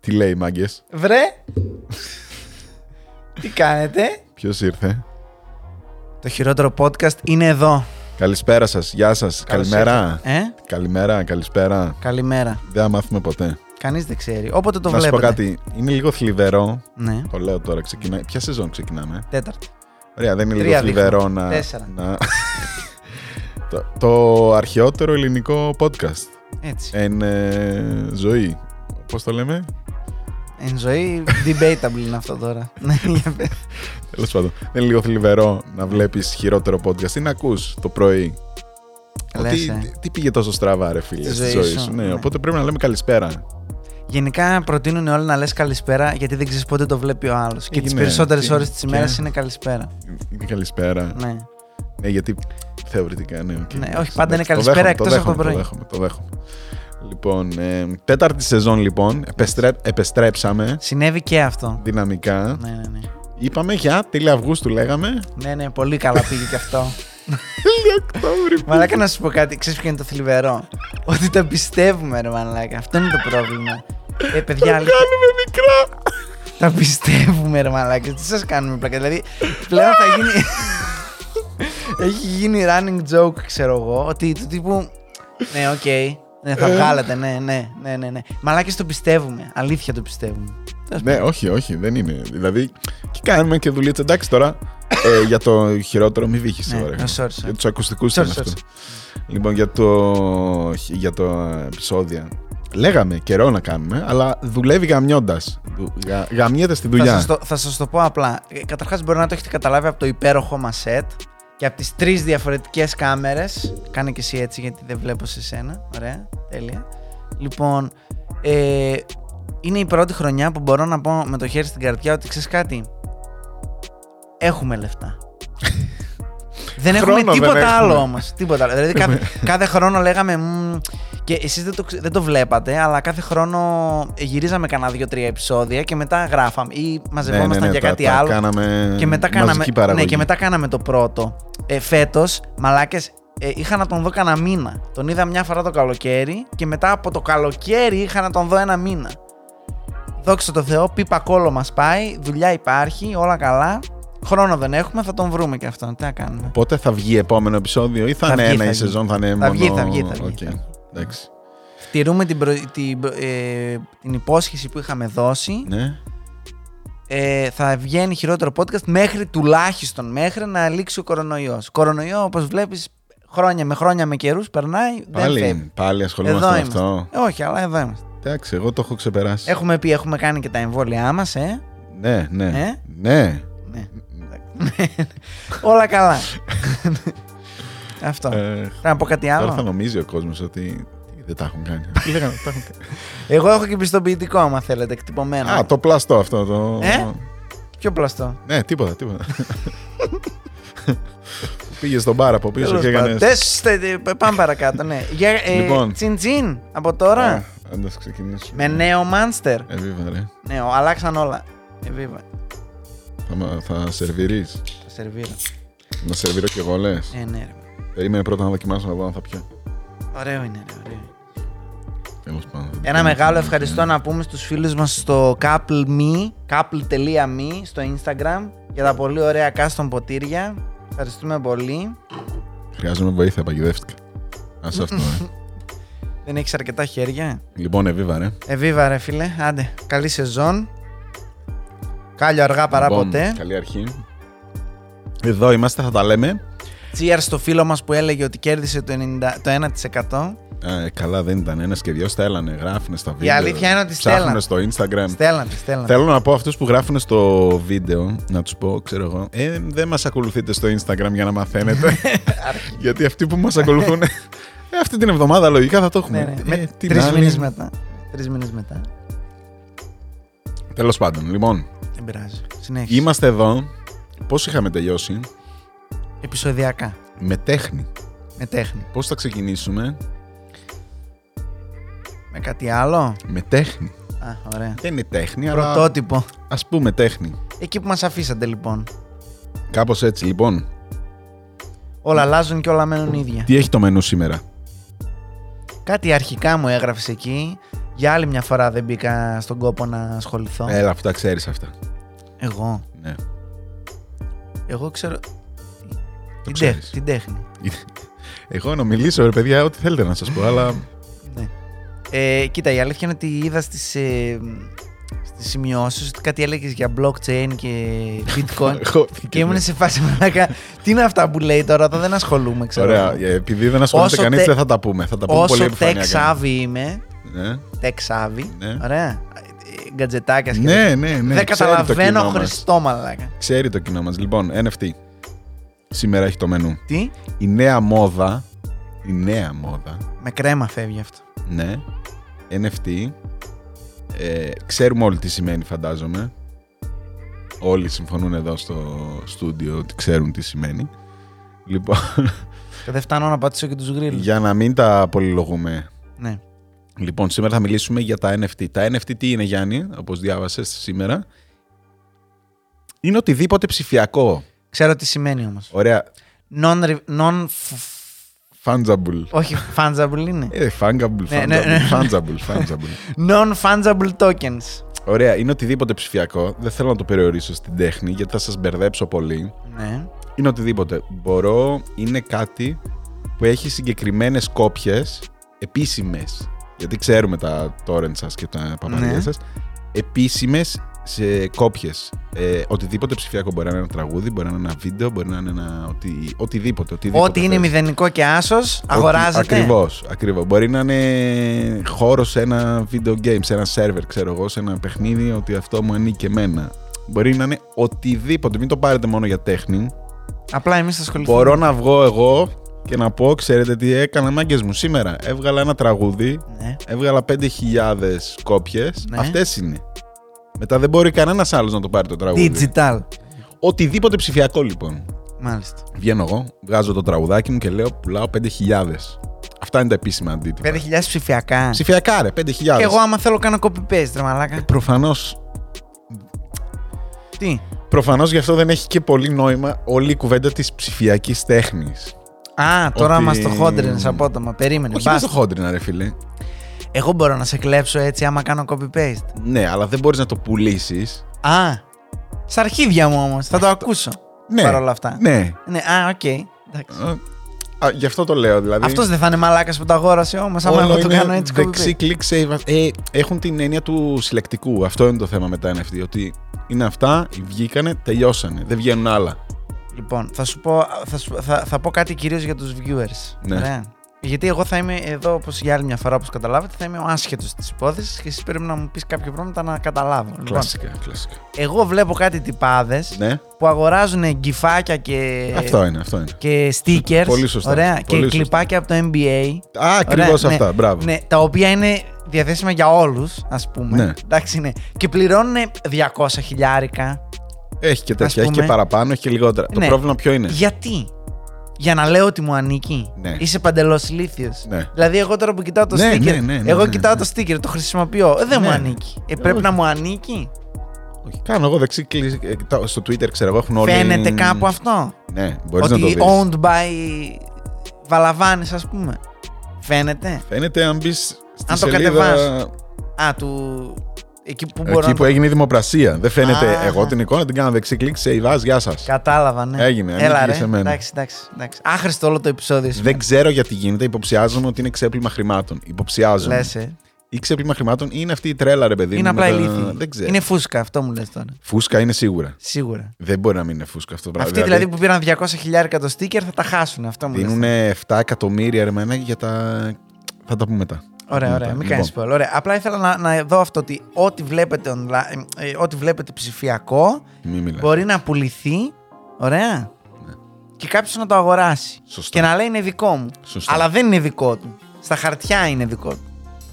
Τι λέει, μάγκες. Βρε! Τι κάνετε? Ποιος ήρθε. Το χειρότερο podcast είναι εδώ. Καλησπέρα σας. Γεια σας. Καλημέρα. Ε? Καλημέρα, καλησπέρα. Καλημέρα. Δεν θα μάθουμε ποτέ. Κανείς δεν ξέρει. Όποτε το Να σου βλέπετε. πω κάτι. Είναι λίγο θλιβερό. Ναι. Το λέω τώρα. Ξεκινάει. Ποια σεζόν ξεκινάμε. Τέταρτη. Ωραία, δεν είναι λίγο Τρία θλιβερό δείχνουμε. να. Τέσσερα. να- το, το αρχαιότερο ελληνικό podcast. Έτσι. Εν ε, ζωή. Πώς το λέμε. Εν ζωή, debatable είναι αυτό τώρα. Ναι, για πες. Τέλος πάντων. Δεν είναι λίγο θλιβερό να βλέπεις χειρότερο podcast ή να ακούς το πρωί. Λες, Ότι, ε. Τι πήγε τόσο στραβά, ρε φίλε, Στη στη ζωή ζωή, σου. σου, Ναι, ναι. Οπότε πρέπει να λέμε καλησπέρα. Γενικά προτείνουν όλοι να λες καλησπέρα γιατί δεν ξέρεις πότε το βλέπει ο άλλος. Και τις Έγινε. περισσότερες Τι- ώρες της και- ημέρας είναι καλησπέρα. Είναι καλησπέρα. Ναι. Ναι, γιατί θεωρητικά, ναι. οκ. Ναι, όχι, Εντάξει, πάντα είναι το καλησπέρα δέχομαι, εκτός από το δέχομαι, πρωί. Το δέχομαι, το δέχομαι. Λοιπόν, ε, τέταρτη σεζόν Ναι. λοιπόν. Επεστρέ, επεστρέψαμε Συνέβη και αυτό. δυναμικά. Ναι, ναι, ναι. Είπαμε για τέλη Αυγούστου, λέγαμε. Ναι, ναι, πολύ καλά πήγε και αυτό. Τέλη Οκτώβρη. Μαλάκα να σου πω κάτι, ξέρεις ποιο είναι το θλιβερό. Ότι τα πιστεύουμε, ρε μαλάκα. Αυτό είναι το πρόβλημα. Ε, παιδιά, αλήθεια, Κάνουμε μικρά. τα πιστεύουμε, ρε μαλάκα. Τι σας κάνουμε πλάκα. Δηλαδή, πλέον θα γίνει... Έχει γίνει running joke, ξέρω εγώ, ότι του τύπου... Ναι, οκ. Ναι, θα βγάλετε, ναι, ναι, ναι, ναι, ναι. Μαλάκες το πιστεύουμε. Αλήθεια το πιστεύουμε. Τέλος Ναι, όχι, όχι, δεν είναι. Δηλαδή, και κάνουμε και δουλειέ. Εντάξει τώρα, ε, για το χειρότερο, μη βύχει Ναι, τώρα. no, sorry, sorry. Για τους ακουστικούς Sorry, ήταν sorry, αυτό. Λοιπόν, για το, για το επεισόδιο. Λέγαμε καιρό να κάνουμε, αλλά δουλεύει γαμιώντας. Γα, γαμιέται στη Θα δουλειά. σας, το, θα σας το πω απλά. Ε, Καταρχάς μπορεί να το έχετε καταλάβει από το υπέροχο μας set και από τις τρεις διαφορετικές κάμερες. Κάνε και εσύ έτσι γιατί δεν βλέπω σε σένα. Ωραία, τέλεια. Λοιπόν, ε, είναι η πρώτη χρονιά που μπορώ να πω με το χέρι στην καρδιά ότι ξέρεις κάτι, έχουμε λεφτά. δεν έχουμε Χρόνο δεν τίποτα έχουμε. άλλο όμως. Τίποτα άλλο. Δηλαδή κάθε, κάθε χρόνο λέγαμε «Μμμ», και εσείς δεν το, ξε- δεν το βλέπατε, αλλά κάθε χρόνο γυρίζαμε κανένα δύο-τρία επεισόδια και μετά γράφαμε ή μαζευόμασταν για Ναι, τα- κάτι τα άλλο. Κάναμε και, μετά μαζική κάναμε, ναι, παραγωγή. και μετά κάναμε το πρώτο. Ε, Φέτος, μαλάκες, ε, είχα να τον δω κανένα μήνα. Τον είδα μια φορά το καλοκαίρι και μετά από το καλοκαίρι είχα να τον δω ένα μήνα. Δόξα τω Θεώ, πίπα κόλλο μας πάει, δουλειά υπάρχει, όλα καλά. Χρόνο δεν έχουμε, θα τον βρούμε και αυτόν. Τι να κάνουμε. Πότε θα βγει επόμενο επεισόδιο ή θα, Θα είναι βγει, ένα θα η βγει. σεζόν, θα είναι Θα μόνο. βγει, θα βγει, θα βγει, Οκ, θα βγει. εντάξει. Τηρούμε την, προ- την, προ- ε, την υπόσχεση που είχαμε δώσει. Ναι. ε, θα βγαίνει χειρότερο podcast μέχρι τουλάχιστον μέχρι να λήξει ο κορονοϊός. Κορονοϊό, όπως βλέπεις, χρόνια με χρόνια με καιρούς περνάει, δεν φεύγει. Πάλι, πάλι ασχολούμαστε Εδώ με είμαστε. αυτό. Ε, όχι, αλλά εδώ είμαστε. Εντάξει, εγώ το έχω ξεπεράσει. Έχουμε πει, έχουμε κάνει και τα εμβόλια μας, ε. Ναι, ναι. Ε? Ναι. Ναι. Όλα καλά. Αυτό. Ε, Πρέπει να πω κάτι Τώρα θα άλλο. νομίζει ο κόσμος ότι «Τι, δεν τα έχουν κάνει. Τι Ε, λέγανε, τα έχουν κάνει. Εγώ έχω και πιστοποιητικό, άμα θέλετε, εκτυπωμένο. Α, το πλαστό αυτό. Το... ναι. Ε? Πιο πλαστό. Ναι, τίποτα, τίποτα. Πήγε στον μπαρ από πίσω Τέλος και έκανε. πάντων. Τες, τε, τε, Πάμε παρακάτω, ναι. Για, ε, Λοιπόν. Ε. Τσιν τσιν, από τώρα. Αν τα ξεκινήσουμε. Με νέο μάνστερ. Ε, βίβα, ρε. Ναι, ο- αλλάξαν όλα. Ε, βέβαια. Θα, μα- θα σερβιρεί. Το σερβίρα. Να σερβιρώ κι εγώ, λες. Ε, ναι, ρε. Περίμενε πρώτα να δοκιμάσω να δω αν θα πιω. Ωραίο είναι, ρε, ωραίο. είναι. Τέλος πάντων. Ένα μεγάλο ευχαριστώ Ναι. να πούμε στους φίλους μας στο couple.me, couple.me στο Instagram για τα πολύ ωραία custom ποτήρια. Ευχαριστούμε πολύ. Χρειάζομαι βοήθεια, παγιδεύτηκα. Ας αυτό, ε. Δεν έχεις αρκετά χέρια. Λοιπόν, Εβίβα, ρε. Εβίβα ρε φίλε, άντε. Καλή σεζόν. Κάλιο αργά παρά Λοιπόν, ποτέ. Καλή αρχή. Εδώ είμαστε, θα τα λέμε. Cheers στο φίλο μας που έλεγε ότι κέρδισε το, 90, το 1%. Ε, καλά, δεν ήταν ένας και δύο. Στέλνανε, γράφουνε στα βίντεο. αλήθεια είναι ότι Ψάχνουν στο Instagram. Στέλνατε, στέλνατε. Θέλω να πω αυτούς που γράφουν στο βίντεο, να τους πω, ξέρω εγώ, ε, δεν μας ακολουθείτε στο Instagram για να μαθαίνετε. γιατί αυτοί που μας ακολουθούν, ε, αυτή την εβδομάδα λογικά θα το έχουμε. Ναι, ναι. Ε, Με, την τρεις άλλη- μήνες μετά. Τρεις μήνες μετά. Τέλος πάντων, λοιπόν, Δεν πειράζει. Συνέχισε. είμαστε εδώ. Πώς είχαμε τελειώσει, Επισοδιακά. με τέχνη. Με τέχνη. Πώς θα ξεκινήσουμε, Με κάτι άλλο. με τέχνη. Α, ωραία. Δεν είναι τέχνη, αλλά Πρωτότυπο. ας πούμε τέχνη. Εκεί που μας αφήσατε λοιπόν. Κάπως έτσι, λοιπόν. Όλα αλλάζουν και όλα μένουν ίδια. Τι έχει το μενού σήμερα. Κάτι αρχικά μου έγραφες εκεί Για άλλη μια φορά δεν μπήκα στον κόπο να ασχοληθώ. Έλα, αφού τα ξέρεις αυτά. Εγώ. Ναι. Εγώ ξέρω. Την, τέ- ξέρεις. την τέχνη. Εγώ να μιλήσω, ρε παιδιά, ό,τι θέλετε να σας πω, αλλά. Ναι. Ε, κοίτα, η αλήθεια είναι ότι είδα στις, ε, στις σημειώσεις ότι κάτι έλεγες για blockchain και bitcoin και Χώθηκε. ήμουν σε φάση μαλάκα. Τι είναι αυτά που λέει τώρα, εδώ δεν ασχολούμαι, ξέρω. Ωραία. εγώ. ε, Επειδή δεν ασχολείται Όσο κανείς, τε- δεν θα τα πούμε. Θα τα πούμε πολύ Όσο tech επιφανειακά. savvy είμαι, Ναι, tech savvy, Ναι. ωραία, ε, γκατζετάκια σχεδόν. ναι, ναι. ναι. ξέρει το δεν καταλαβαίνω κοινό μας. χριστό μαλάκα. Ξέρει το κοινό μας. Λοιπόν, NFT. Σήμερα έχει το μενού. Τι, Η νέα μόδα. Η νέα μόδα. με κρέμα φεύγει αυτό. Ναι. NFT. Ε, ξέρουμε όλοι τι σημαίνει, φαντάζομαι. Όλοι συμφωνούν εδώ στο στούντιο ότι ξέρουν τι σημαίνει. Λοιπόν, Και δεν φτάνω να πατήσω και τους γρήλους. για να μην τα πολυλογούμε Ναι. Λοιπόν, σήμερα θα μιλήσουμε για τα NFT. Τα NFT τι είναι, Γιάννη, όπως διάβασες σήμερα. Είναι οτιδήποτε ψηφιακό. Ξέρω τι σημαίνει όμως. Ωραία. Non, non f- Fungible. όχι, fungible είναι. Ε, fungible, Ναι, fungible, ναι, ναι. fungible, fungible. Non-fungible tokens. Ωραία, είναι οτιδήποτε ψηφιακό. Δεν θέλω να το περιορίσω στην τέχνη, γιατί θα σας μπερδέψω πολύ. Ναι. Είναι οτιδήποτε. Μπορώ, είναι κάτι που έχει συγκεκριμένες κόπιες, επίσημες. Γιατί ξέρουμε τα torrent σας και τα παπαριά Ναι. σας. Επίσημες σε κόπιες. Ε, οτιδήποτε ψηφιακό μπορεί να είναι ένα τραγούδι, μπορεί να είναι ένα βίντεο, μπορεί να είναι ένα. Οτι, οτιδήποτε, οτιδήποτε. Ό,τι είναι θες. μηδενικό και άσος αγοράζεται. Ακριβώς, ακριβώς. Μπορεί να είναι χώρο σε ένα video game, σε ένα server, ξέρω εγώ, σε ένα παιχνίδι, ότι αυτό μου ανήκει εμένα. Μπορεί να είναι οτιδήποτε. Μην το πάρετε μόνο για τέχνη. Απλά εμείς θα ασχοληθούμε. Μπορώ να βγω εγώ και να πω, ξέρετε τι έκανα μάγκες μου σήμερα. Έβγαλα ένα τραγούδι, Ναι. έβγαλα 5.000 κόπιες. Ναι. Αυτές είναι. Μετά δεν μπορεί κανένας άλλος να το πάρει το τραγούδι. Digital. Οτιδήποτε ψηφιακό λοιπόν. Μάλιστα. Βγαίνω εγώ, βγάζω το τραγουδάκι μου και λέω πουλάω 5.000. Αυτά είναι τα επίσημα αντίτυπα. 5.000 ψηφιακά. Ψηφιακά Ε, ρε, 5.000. Και εγώ άμα θέλω κάνω copy paste, ρε μαλάκα. Προφανώς, Τι. προφανώς γι' αυτό δεν έχει και πολύ νόημα όλη η κουβέντα της ψηφιακής τέχνης. Α, τώρα Ότι- μας το χόντρινες απότομα. Περίμενε. Όχι Ε, μπας. μέσα στο χόντρινα ρε φίλε. Εγώ μπορώ να σε κλέψω έτσι άμα κάνω copy paste. Ναι, αλλά δεν μπορείς να το πουλήσεις. Α. Στα αρχίδια μου όμως. Θα το ακούσω. Ναι. Παρ' όλα αυτά. Ναι. Ναι, α, οκ. Εντάξει. Δηλαδή- Α, γι' αυτό το λέω δηλαδή. Αυτός δεν θα είναι μαλάκας που το αγόρασε όμως. Άμα Όλο εγώ το είναι κάνω έτσι copy Δεξί, paste. κλικ, save. Ε, έχουν την έννοια του συλλεκτικού. Αυτό είναι το θέμα με τα NFT. Ότι είναι αυτά, βγήκανε, τελειώσανε. Δεν βγαίνουν άλλα. Λοιπόν, θα σου πω, θα, σου- θα, θα πω κάτι κυρίως για τους viewers. Ναι. Ωραία. Γιατί εγώ θα είμαι εδώ, όπως για άλλη μια φορά, όπως καταλάβατε, θα είμαι ο άσχετος της υπόθεσης και εσύ πρέπει να μου πεις κάποια πράγματα να καταλάβω. Λοιπόν, Κλασικά, κλασικά. εγώ βλέπω κάτι τυπάδες Ναι, που αγοράζουν γκυφάκια και, αυτό είναι, αυτό είναι. και stickers. Πολύ σωστά. Ωραία, Πολύ και σωστά. κλιπάκια από το NBA. Α, ακριβώ Ωραία, αυτά. ναι. Μπράβο. Ναι, τα οποία είναι διαθέσιμα για όλους, ας πούμε. Ναι. Εντάξει, ναι. Και πληρώνουν 200 χιλιάρικα. Ναι. Έχει και τέτοια. Έχει πούμε. και παραπάνω, έχει και λιγότερα. Το Ναι. πρόβλημα ποιο είναι. Γιατί. Για να λέω ότι μου ανήκει. Ναι. Είσαι παντελώς ηλίθιος. Ναι. Δηλαδή, εγώ τώρα που κοιτάω το Ναι, sticker. ναι, ναι, ναι, εγώ ναι, κοιτάω ναι. το sticker, το χρησιμοποιώ. Ε, δεν Ναι. μου ανήκει. Ε, πρέπει όχι. να μου ανήκει. Όχι, Κάνω εγώ δεξί κλικ. ε, κοιτάω, Στο Twitter ξέρω εγώ έχουν όλοι. Φαίνεται κάπου αυτό. Ναι, μπορείς να το ότι δεις. owned by Βαλαβάνης, ας πούμε. Φαίνεται. Φαίνεται αν μπεις στη Αν το σελίδα. κατεβάσεις. Α, του. Εκεί που μπορώ Εκεί να που το- έγινε η δημοπρασία. Δεν φαίνεται. Α. εγώ την εικόνα την κάνω δεξί κλικ, σε βάζ, γεια σας. Κατάλαβα, ναι. Έγινε, ανήκει Έλα, και ρε. σε μένα. Εντάξει, εντάξει, εντάξει. Άχρηστο όλο το επεισόδιο. Δεν ξέρω γιατί γίνεται. Υποψιάζομαι ότι είναι ξέπλυμα χρημάτων. Υποψιάζομαι. Λες, ε. Ή ξέπλυμα χρημάτων ή είναι αυτή η τρέλα, ρε παιδί. Είναι μου, με απλά τα- ηλίθιοι. Δεν ξέρω. Είναι φούσκα, αυτό μου λες τώρα. Φούσκα είναι σίγουρα. Σίγουρα. Δεν μπορεί να μην είναι φούσκα αυτό το πράγμα. Αυτοί δηλαδή που πήραν 200 χιλιάρικα το sticker θα τα χάσουν. Αυτό μου λες. Δίνουν 7 εκατομμύρια ρε μένα για τα. Θα τα πούμε μετά. Λοιπόν, Ωραία, ωραία. Μην κάνεις spoiler. Ωραία. Απλά ήθελα να, να δω αυτό ότι ό,τι βλέπετε, online, ε, ό,τι βλέπετε ψηφιακό Μην μιλάς. μπορεί να πουληθεί. Ωραία. Ναι. Και κάποιος να το αγοράσει. Σωστά. Και να λέει είναι δικό μου. Σωστά. Αλλά δεν είναι δικό του. Στα χαρτιά είναι δικό του.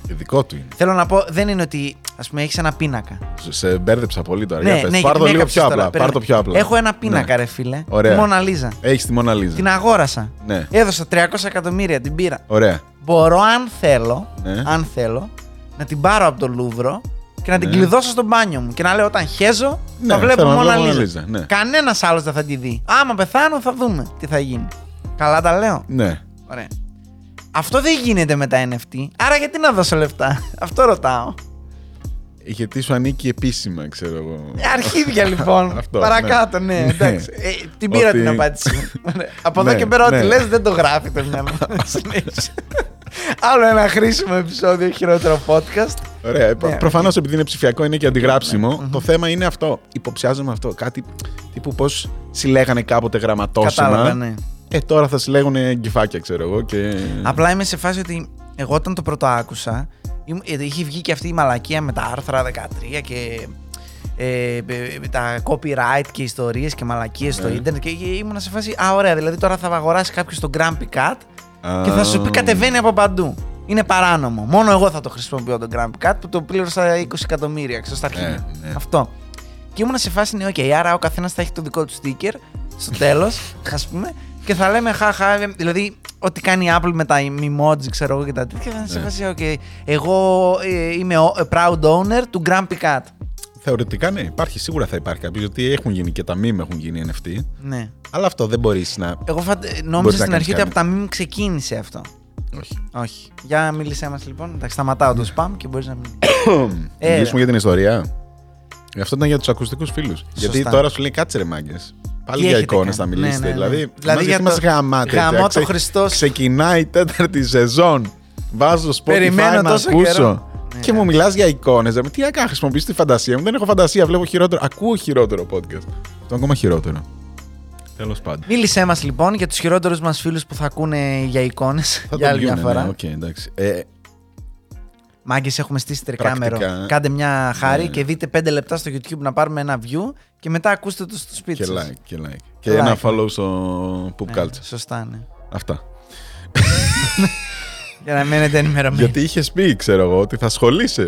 Ε, Δικό του είναι. Θέλω να πω, δεν είναι ότι ας πούμε έχεις ένα πίνακα. Σε μπέρδεψα πολύ τώρα. Ναι, για πες. ναι, Πάρ' γιατί το με λίγο έκαψες πιο τώρα. απλά. Πάρ' το Περίμενε. πιο απλά. Ναι. Έχω ένα πίνακα, ρε φίλε. Ωραία. Τη Μόνα Λίζα. Έχεις τη Μόνα Λίζα. Την αγόρασα. Ναι. Έδωσα 300 εκατομμύρια, την πήρα. Ωραία. Μπορώ, αν θέλω, Ναι. αν θέλω, να την πάρω από το Λούβρο και να την Ναι. κλειδώσω στο μπάνιο μου. Και να λέω όταν χέζω, Ναι, θα βλέπω θέλω να Μόνα βλέπω Μόνα Λίζα. Λίζα, ναι. Κανένας άλλος δεν θα τη δει. Άμα πεθάνω, θα δούμε τι θα γίνει. Καλά τα λέω. Ναι. Ωραία. Αυτό δεν γίνεται με τα NFT. Άρα γιατί να δώσω λεφτά. Αυτό ρωτάω. Γιατί σου ανήκει επίσημα, ξέρω εγώ. Ε, Αρχίδια λοιπόν. Αυτό, Παρακάτω, ναι. Ναι. εντάξει. Ε, την πήρα Ότι- την απάντηση. μου. Ναι. Από εδώ Ναι, και πέρα, ναι. ό,τι λες, δεν το γράφει το μυαλό. μου. Συνέχισε. Άλλο ένα χρήσιμο επεισόδιο χειρότερο podcast. Ωραία. Ναι. Προφανώς επειδή είναι ψηφιακό είναι και αντιγράψιμο. Το θέμα είναι αυτό. Υποψιάζομαι αυτό. Κάτι τύπου πώς συλλέγανε κάποτε γραμματόσημα. Κατάλαβα, ναι. Ε, τώρα θα συλλέγουν εγκυφάκια, ξέρω εγώ. Και... Απλά είμαι σε φάση ότι εγώ όταν το πρώτο άκουσα, ήμ- ε, είχε βγει και αυτή η μαλακία με τα άρθρα 13 και ε, ε, ε, τα copyright και ιστορίες και μαλακίες στο Ναι. ίντερνετ και ήμουν σε φάση, α ωραία, δηλαδή τώρα θα αγοράσει κάποιος τον Grumpy Cat και Α, θα σου πει κατεβαίνει από παντού. Είναι παράνομο. Μόνο εγώ θα το χρησιμοποιώ τον Grumpy Cat που το πλήρωσα 20 εκατομμύρια, ξέρω, στα αρχή. Ναι, ναι. Αυτό. Και ήμουν σε φάση, ναι, οκ, άρα ο καθένας θα έχει το δικό του sticker στο τέλος, ας πούμε, και θα λέμε χαχά. Δηλαδή, ό,τι κάνει η Apple με τα emoji, ξέρω εγώ και τα τέτοια, θα είναι σε Ναι. φάση, οκ, εγώ ε, είμαι ο ε, proud owner του Grumpy Cat. Θεωρητικά ναι, υπάρχει, σίγουρα θα υπάρχει κάποιος. Γιατί έχουν γίνει και τα meme έχουν γίνει NFT. Ναι. Αλλά αυτό δεν μπορείς να. Εγώ φαντα... Μπορείς νόμιζα να στην κάνεις αρχή ότι κάτι. από τα meme ξεκίνησε αυτό. Όχι. Όχι. Για μίλησέ μας λοιπόν. Εντάξει, σταματάω Ναι. το spam και μπορείς να μην. Ε, Μιλήσουμε για την ιστορία. Ε, Αυτό ήταν για τους ακουστικούς φίλους. Γιατί τώρα σου λέει κάτσε ρε μάγκες. Πάλι Τι για έχετε εικόνες κάνει. θα μιλήσετε. Ναι, ναι, ναι. Δηλαδή, Δηλαδή μας- για γιατί το- μα γαμάτε. γαμώ έτσι, το ξε- Χριστός. Ξεκινάει η τέταρτη σεζόν. Βάζω Spotify Περιμένω να τόσο ακούσω. καιρό. Και Ναι. μου μιλάς για εικόνες. Τι να κάνω, χρησιμοποιήσω τη φαντασία μου. Δεν έχω φαντασία. Βλέπω χειρότερο. Ακούω χειρότερο podcast. Το ακόμα χειρότερο. Τέλος πάντων. Μίλησέ μας λοιπόν για τους χειρότερους μας φίλους που θα ακούνε για εικόνες. Θα Για το άλλη μια βγούνε, φορά. ναι, οκ, εντάξει. Ε, Μάγκες, έχουμε στήσει τρικάμερο. Πρακτικά, ε. Κάντε μια χάρη Ναι. και δείτε 5 λεπτά στο YouTube να πάρουμε ένα view και μετά ακούστε το στο σπίτι και σας. like, και like. Και ένα Like. follow στο Poop Ναι, Culture. Σωστά, ναι. Αυτά. Για να μένετε ενημερωμένοι. Γιατί είχε πει, ξέρω εγώ, ότι θα ασχολείσαι.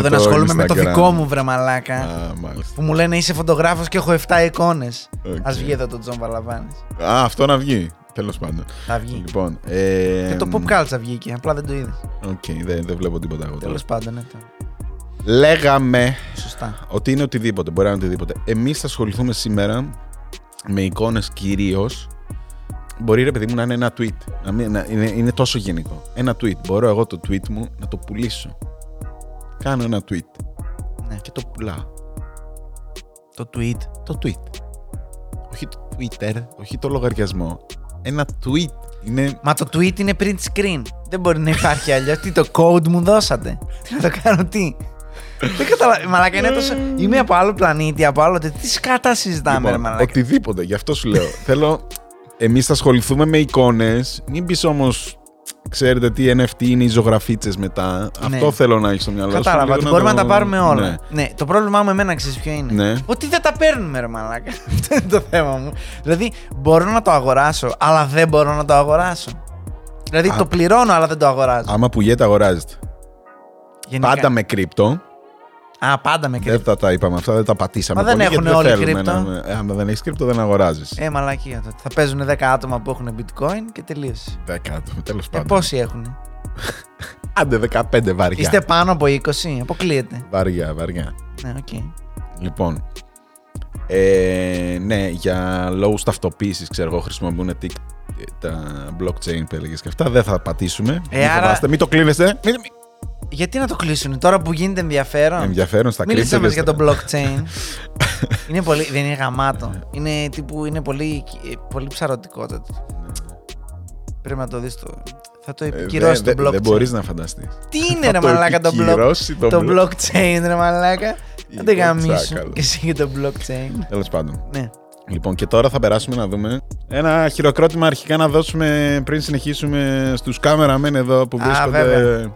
με δεν το ασχολούμαι με το Instagram. δικό μου, βρε μαλάκα. Α, μάλιστα. Που μου λένε είσαι φωτογράφος και έχω 7 εικόνες. Οκ. Ας βγει εδώ το Τζον Βαλαβάνης. Α, αυτό να βγει. Τέλος πάντων. Θα βγει. Λοιπόν. ναι. Ε, Και το Pop Culture βγήκε, απλά δεν το είδες. Οκ, δεν δεν βλέπω τίποτα εγώ τώρα. Τέλος πάντων, ναι. το- Λέγαμε Σωστά. ότι είναι οτιδήποτε, μπορεί να είναι οτιδήποτε. Εμείς θα ασχοληθούμε σήμερα με εικόνες κυρίως. Μπορεί ρε παιδί μου να είναι ένα tweet. Να μην, να, είναι, είναι τόσο γενικό. Ένα tweet. Μπορώ εγώ το tweet μου να το πουλήσω. Κάνω ένα tweet Ναι. και το πουλάω. Το tweet. Το tweet. Όχι το Twitter, όχι το λογαριασμό. Ένα tweet. Είναι. Μα το tweet είναι print screen. Δεν μπορεί να υπάρχει αλλιώς. Τι το code μου δώσατε. Τι να το κάνω, τι. Δεν καταλαβαίνω. Μαλάκα είναι τόσο. Είμαι από άλλο πλανήτη, από άλλο. Τι σκάτα συζητάμε, Ε. ρε Λοιπόν, μαλάκα. οτιδήποτε, γι' αυτό σου λέω. Θέλω. Εμείς θα ασχοληθούμε με εικόνες. Μην πεις όμως, ξέρετε τι NFT είναι οι ζωγραφίτσες μετά. Αυτό θέλω να έχει στο μυαλό σου. Ναι. Κατάλαβα λίγο ότι μπορούμε το- να τα πάρουμε όλα. Ναι. Ναι. το πρόβλημά μου εμένα ξέρεις ποιο είναι. Ναι. Ότι δεν τα παίρνουμε, ρε μαλάκα. Αυτό είναι το θέμα μου. Δηλαδή, μπορώ να το αγοράσω, αλλά δεν μπορώ να το αγοράσω. Δηλαδή, Α. το πληρώνω, αλλά δεν το αγοράζω. Άμα πουλιέται, αγοράζεται. Γενικά. Πάντα με κρύπτο. Α, πάντα με κρύπτο. Δεν τα, τα είπαμε αυτά, δεν τα πατήσαμε. Μα δεν πολύ, έχουν γιατί όλοι θέλουμε κρύπτο. να- ε, Άμα δεν έχεις κρύπτο, δεν αγοράζεις. Ε, μαλακία τότε. Θα παίζουν 10 άτομα που έχουν bitcoin και τελείωσε. Δέκα, τέλος Ε, πάντων. πόσοι έχουνε. Άντε 15 βαριά. Είστε πάνω από 20, αποκλείεται. Βαριά, βαριά. Ναι, οκ. Λοιπόν. Ε, ναι, για λόγους ταυτοποίησης, ξέρω εγώ, χρησιμοποιούν τικ, τα blockchain που έλεγες και αυτά. Δεν θα πατήσουμε. Ε, μην, άρα- φοβάστε, μην το κλείνεστε. Μην, μην- Γιατί να το κλείσουν τώρα που γίνεται ενδιαφέρον. Ενδιαφέρον στα Μίλησε κλείσετε μα και για στα- το blockchain. είναι πολύ, δεν είναι γαμάτο. Είναι τύπου, είναι πολύ, ε, πολύ ψαρωτικό τέτοιο. Πρέπει να το δεις το. Θα το Ε, επικυρώσει δεν- το blockchain. Δεν μπορείς να φανταστείς. Τι είναι ρε μαλάκα το, block, επικυρώσει το το block- blockchain ρε μαλάκα. Δεν το το γαμίσου. τσάκαλος. Και εσύ και το blockchain. Τέλος πάντων. ναι. Λοιπόν, και τώρα θα περάσουμε να δούμε ένα χειροκρότημα αρχικά να δώσουμε πριν συνεχίσουμε στους κάμεραμεν εδώ που Α, βρίσκονται. βέβαια.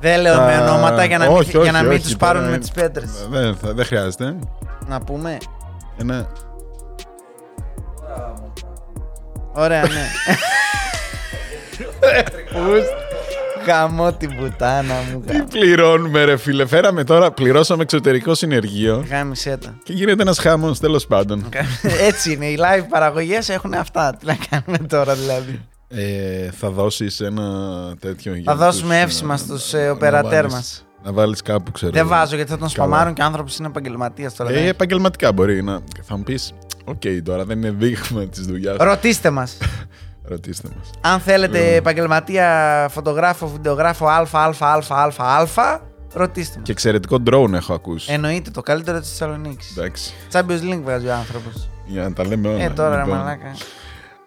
Δεν λέω με Α, ονόματα για να μην, όχι, για όχι, να μην όχι, ναι. τους τώρα πάρουν με είναι- τις πέτρες. Δεν, θα- δεν χρειάζεται. Να πούμε. Ένα... Ωραία, ναι. Πουστ. Χαμό την πουτάνα μου. Τι γα- πληρώνουμε ρε φίλε, φέραμε τώρα, πληρώσαμε εξωτερικό συνεργείο. Γάμισε τα. Και γίνεται ένας χάμος, τέλος πάντων. Έτσι είναι. Οι live παραγωγές έχουν αυτά. Τι να κάνουμε τώρα δηλαδή. Ε, θα δώσεις ένα τέτοιο. για Θα τους, δώσουμε ε, εύσημα στους να οπερατέρ μα. βάλεις- Να βάλεις κάπου, ξέρω. Δεν εγώ. βάζω γιατί θα τον Καλά. σπαμάρουν και ο άνθρωπο είναι επαγγελματία τώρα. ναι. δηλαδή. Ε, δεν- ε, επαγγελματικά μπορεί να. Θα μου πεις, οκ, τώρα δεν είναι δείγμα της δουλειάς. Ρωτήστε μας. Ρωτήστε μας. Αν Ε. θέλετε επαγγελματία, φωτογράφο, βιντεογράφο αλφα, ρωτήστε Και μας. εξαιρετικό drone έχω ακούσει. Εννοείται το καλύτερο της Θεσσαλονίκης. Εντάξει. Champions League βγάζει ο άνθρωπος. Για να τα λέμε όλα. Ε, τώρα ρε Λοιπόν, μαλάκα.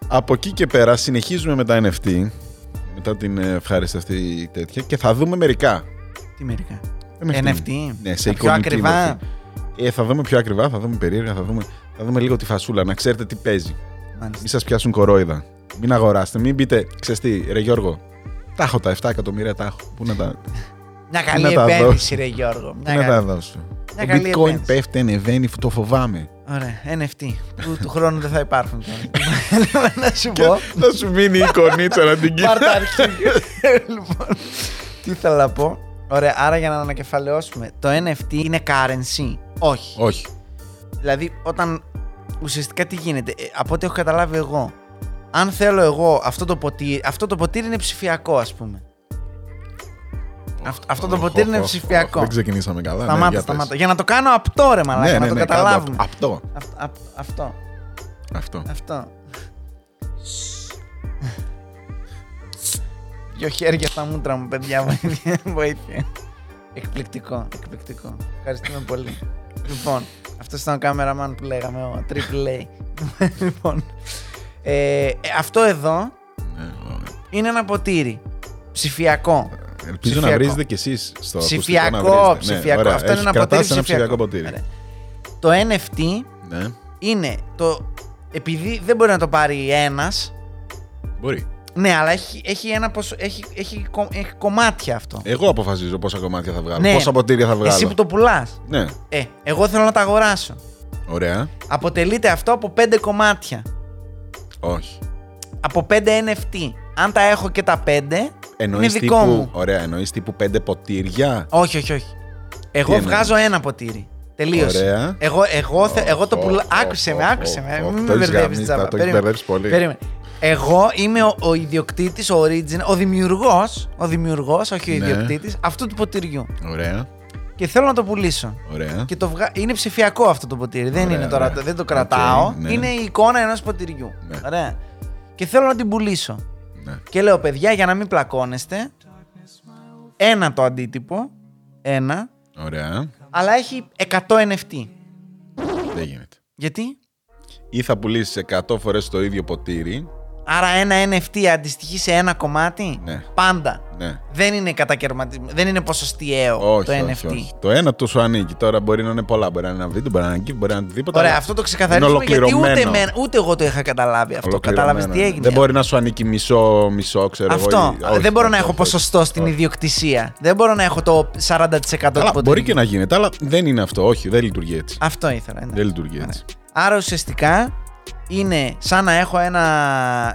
Από εκεί και πέρα συνεχίζουμε με τα NFT. Μετά την ε, ευχάριστη αυτή τέτοια και θα δούμε μερικά. Τι μερικά. NFT. Ναι, σε Τα πιο εικονική ακριβά. μορφή. Ε, θα δούμε πιο ακριβά, θα δούμε περίεργα, θα δούμε, θα δούμε λίγο τη φασούλα, να ξέρετε τι παίζει. Μάλιστα. Μην σας πιάσουν κορόιδα. Μην αγοράσετε, μην πείτε, ξέρεις τι, ρε Γιώργο, τα έχω τα 7 εκατομμύρια, τα έχω. Πού να τα, να Μια καλή τα επένδυση δώσω. ρε Γιώργο. Μια πού να καλή- τα δώσω. Μια το καλή bitcoin επένδυση. πέφτει, ανεβαίνει, το φοβάμαι. Ωραία, NFT. Που του χρόνου δεν θα υπάρχουν τώρα. Να σου Και πω. θα σου μείνει η εικονίτσα να την Πάρ' τα κοιτάξει. αρχίδια. λοιπόν, τι θέλω να πω. Ωραία, άρα για να ανακεφαλαιώσουμε. Το NFT είναι currency. Όχι. Όχι. Δηλαδή, όταν ουσιαστικά τι γίνεται, ε, από ό,τι έχω καταλάβει εγώ, αν θέλω εγώ αυτό το ποτήρι, αυτό το ποτήρι είναι ψηφιακό, ας Ναι, πούμε. Αυτ- αυτό το Οχ, ποτήρι οχ, είναι οχ, ψηφιακό. Δεν ξεκινήσαμε καλά. σταμάτα, ναι, για σταμάτα. πες. Για να το κάνω απτό, ρε μαλάκα, Ναι, να ναι, το ναι, κάτω από- καταλάβουμε. Αυτό. Αυτ- απ- αυτό. Αυτό. Αυτό. Δυο χέρια στα μούτρα μου, παιδιά, βοήθεια. βοήθεια. Εκπληκτικό, εκπληκτικό. Ευχαριστούμε πολύ. λοιπόν, αυτός ήταν ο κάμεραμαν που λέγαμε, ο Triple A. λοιπόν, ε, ε, αυτό εδώ Ναι, ωραία. είναι ένα ποτήρι. Ψηφιακό. Ελπίζω να Ψηφιακό. βρίζετε κι εσείς στο Ψηφιακό, ακουστικό Ε, να βρίζετε. Ναι, ψηφιακό. ωραία. Αυτό είναι Έχει ένα ποτήρι κρατάς ψηφιακό. ψηφιακό ποτήρι. Ωραία. Το NFT Ναι, είναι το. Επειδή δεν μπορεί να το πάρει ένας, μπορεί. Ναι, αλλά έχει, έχει, ένα ποσο... έχει, έχει, κο- έχει κομμάτια αυτό. Εγώ αποφασίζω πόσα κομμάτια θα βγάλω. Ναι. Πόσα ποτήρια θα Ε, βγάλω. Εσύ που το πουλάς. Ναι, Ε, εγώ θέλω να τα αγοράσω. ωραία. Αποτελείται αυτό από πέντε κομμάτια. Όχι. Από πέντε NFT. Αν τα έχω και τα πέντε, Εννοείς είναι δικό τύπου, μου. Ωραία, εννοείς τύπου πέντε ποτήρια. Όχι, όχι, όχι. Εγώ εννοείς? βγάζω ένα ποτήρι. Τελείωσε. Ωραία. Εγώ, εγώ, θε- Οχ, εγώ το οχ, πουλάω. οχ, Άκουσε με, οχ, άκουσε οχ, με. οχ, Μην το με έχεις μπερδεύεις γαμίσει, τσάπα. τα- το έχεις Περίμενε. μπερδέψει πολύ. Περίμενε. Εγώ είμαι ο, ο ιδιοκτήτης, ο origin, ο δημιουργός, ο δημιουργός, όχι ο Ναι. ιδιοκτήτης, αυτού του ποτηριού. Ωραία, Και θέλω να το πουλήσω. ωραία. Και το βγα... Είναι ψηφιακό αυτό το ποτήρι. Δεν, Ωραία, είναι τώρα, ωραία. δεν το Οκ, κρατάω. ναι. Είναι η εικόνα ενός ποτηριού. Ναι. Ωραία. Και θέλω να την πουλήσω. Ναι. Και λέω, παιδιά, για να μην πλακώνεστε, ένα το αντίτυπο. Ένα. Ωραία. Αλλά έχει 100 NFT. Δεν γίνεται. Γιατί? Ή θα πουλήσεις 100 φορές το ίδιο ποτήρι. Άρα ένα NFT αντιστοιχεί σε ένα κομμάτι. Ναι. Πάντα. Ναι. Δεν είναι κατακαιρματισμένο. Δεν είναι ποσοστιαίο όχι, το NFT. όχι, όχι. Το ένα του σου ανήκει. Τώρα μπορεί να είναι πολλά. Μπορεί να είναι ένα βίντεο, μπορεί να είναι ένα gif, μπορεί να είναι οτιδήποτε. Ωραία, αλλά αυτό το ξεκαθαρίσουμε είναι γιατί ούτε, ολοκληρωμένο. εμένα- ούτε εγώ το είχα καταλάβει αυτό. Ολοκληρωμένο, Κατάλαβες τι ναι. έγινε. Δεν μπορεί να σου ανήκει μισό, μισό, ξέρω εγώ. Αυτό. Ε, ή- όχι, δεν μπορώ όχι, να έχω όχι, ποσοστό όχι. στην Όχι. ιδιοκτησία. Δεν μπορώ να έχω το 40% Καλά, του μπορεί και να γίνεται, αλλά δεν είναι αυτό. Όχι, δεν λειτουργεί έτσι. Αυτό ήθελα. εντάξει. Ναι. Δεν λειτουργεί έτσι. Άρα ουσιαστικά είναι σαν να έχω ένα,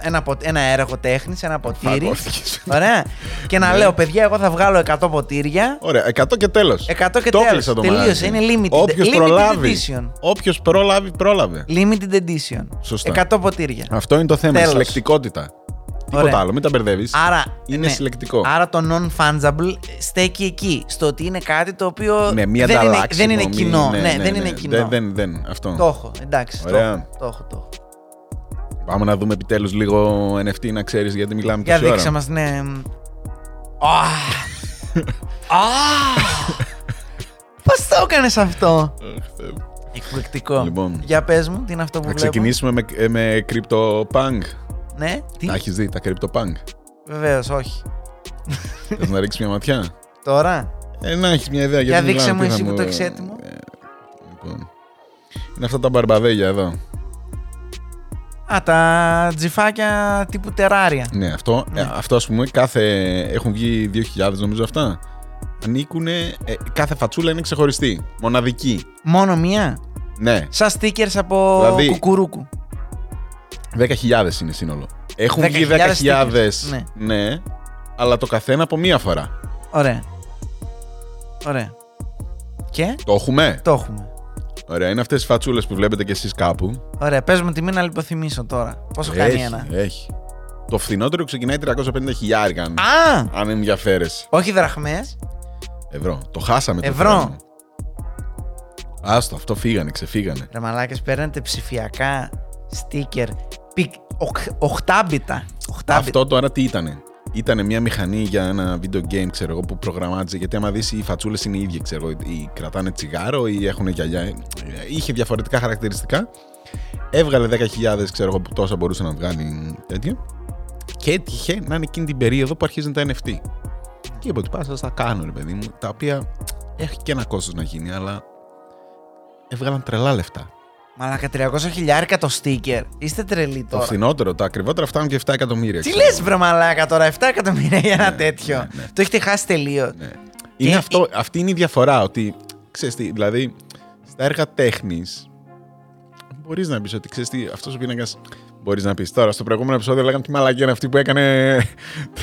ένα, πο- ένα έργο τέχνης, ένα ποτήρι. Φαγώθηκες. Ωραία. και Ναι. να λέω, παιδιά, εγώ θα βγάλω 100 ποτήρια. Ωραία, 100 και τέλος. 100 και το τέλος. κλείσα το Τελείωσε, μαγαζί. είναι limited. Όποιος Limited προλάβει. edition. Όποιος προλάβει, πρόλαβε. Limited edition. Σωστά. 100 ποτήρια. Αυτό είναι το θέμα. Τέλος. Συλλεκτικότητα. Τίποτα Ωραία. άλλο, μην τα μπερδεύεις. Άρα, ναι. Είναι συλλεκτικό. Άρα το non-fungible στέκει εκεί. Στο ότι είναι κάτι το οποίο Ναι, μία δεν, είναι, ανταλλάξη. δεν είναι μη- κοινό. ναι, Ναι, ναι, δεν ναι. είναι κοινό. Δεν, δεν, δεν. Αυτό. Το έχω, εντάξει. Το Ωραία. έχω, το έχω, το έχω. Πάμε να δούμε επιτέλους λίγο NFT να ξέρεις γιατί μιλάμε Για τόση ώρα. δείξε μας, ναι. Α! Α! Πώς το έκανες αυτό! Αχ, Θεέ μου. Εκπληκτικό. Λοιπόν. Για πες μου, τι είναι αυτό που Να βλέπω. ξεκινήσουμε με, ε, με CryptoPunk. Ναι, τι, Τα έχεις δει τα CryptoPunk. βεβαίως, όχι. Θες να ρίξεις μια ματιά. Τώρα, Ε, να έχεις μια ιδέα για γιατί δείξε μιλάμε, μου τι θα εσύ που το έχεις έτοιμο. Ε, λοιπόν. Είναι αυτά τα μπαρμπαδέλια εδώ. Α, τα τζιφάκια τύπου τεράρια. Ναι, αυτό, ε, αυτό ας πούμε κάθε... Έχουν βγει 2.000 νομίζω αυτά. Ανήκουν... κάθε φατσούλα είναι ξεχωριστή. Μοναδική. Μόνο μία. Ναι. Σαν stickers από Δηλαδή, κουκουρούκου. 10.000 είναι σύνολο. Έχουν βγει 10.000 10.000. stickers, ναι. Αλλά το καθένα από μία φορά. Ωραία. Ωραία. Και Το έχουμε. το έχουμε. Ωραία. Είναι αυτές οι φατσούλες που βλέπετε κι εσείς κάπου. Ωραία, πες μου τιμή να λιποθυμίσω τώρα. Πόσο κάνει έχει, ένα. έχει. Το φθηνότερο ξεκινάει 350 χιλιάρικα. αν- Α! Αν ενδιαφέρεσαι. Όχι δραχμές. Ευρώ. Το χάσαμε το Ευρώ. χρόνο. Άστο, αυτό φύγανε, ξεφύγανε. Ρε μαλάκες, παίρνετε ψηφιακά στίκερ πικ, οκ- οχτάμπιτα. Οχτάμπιτα. Αυτό τώρα τι ήτανε. Ήτανε μια μηχανή για ένα video game, ξέρω εγώ, που προγραμμάτιζε. Γιατί άμα δεις οι φατσούλες είναι οι ίδιοι, ξέρω εγώ. Ή κρατάνε τσιγάρο ή έχουν γυαλιά. Ε, Είχε διαφορετικά χαρακτηριστικά. Έβγαλε 10.000, ξέρω εγώ, που τόσα μπορούσε να βγάλει τέτοιο. Και έτυχε να είναι εκείνη την περίοδο που αρχίζουν τα NFT. Και είπε ότι πάσα θα κάνω, ρε παιδί μου. Τα οποία έχει και ένα κόστος να γίνει, αλλά έβγαλαν τρελά λεφτά. Μαλάκα 300 χιλιάρικα το στίκερ. Είστε τρελοί Το τώρα. φθηνότερο, τα ακριβότερα φτάνουν και 7 εκατομμύρια. Τι ξέρω λες, βρε μαλάκα τώρα, 7 εκατομμύρια για ένα Ναι, τέτοιο. ναι, ναι. Το έχετε χάσει τελείω. Ναι. Είναι Και- αυτό, αυτή είναι η διαφορά. Ότι ξέρεις τι, δηλαδή στα έργα τέχνης μπορείς να πεις ότι ξέρεις τι, αυτός ο πίνακας. Μπορείς να πεις τώρα, στο προηγούμενο επεισόδιο λέγαμε τι μαλακία είναι αυτή που έκανε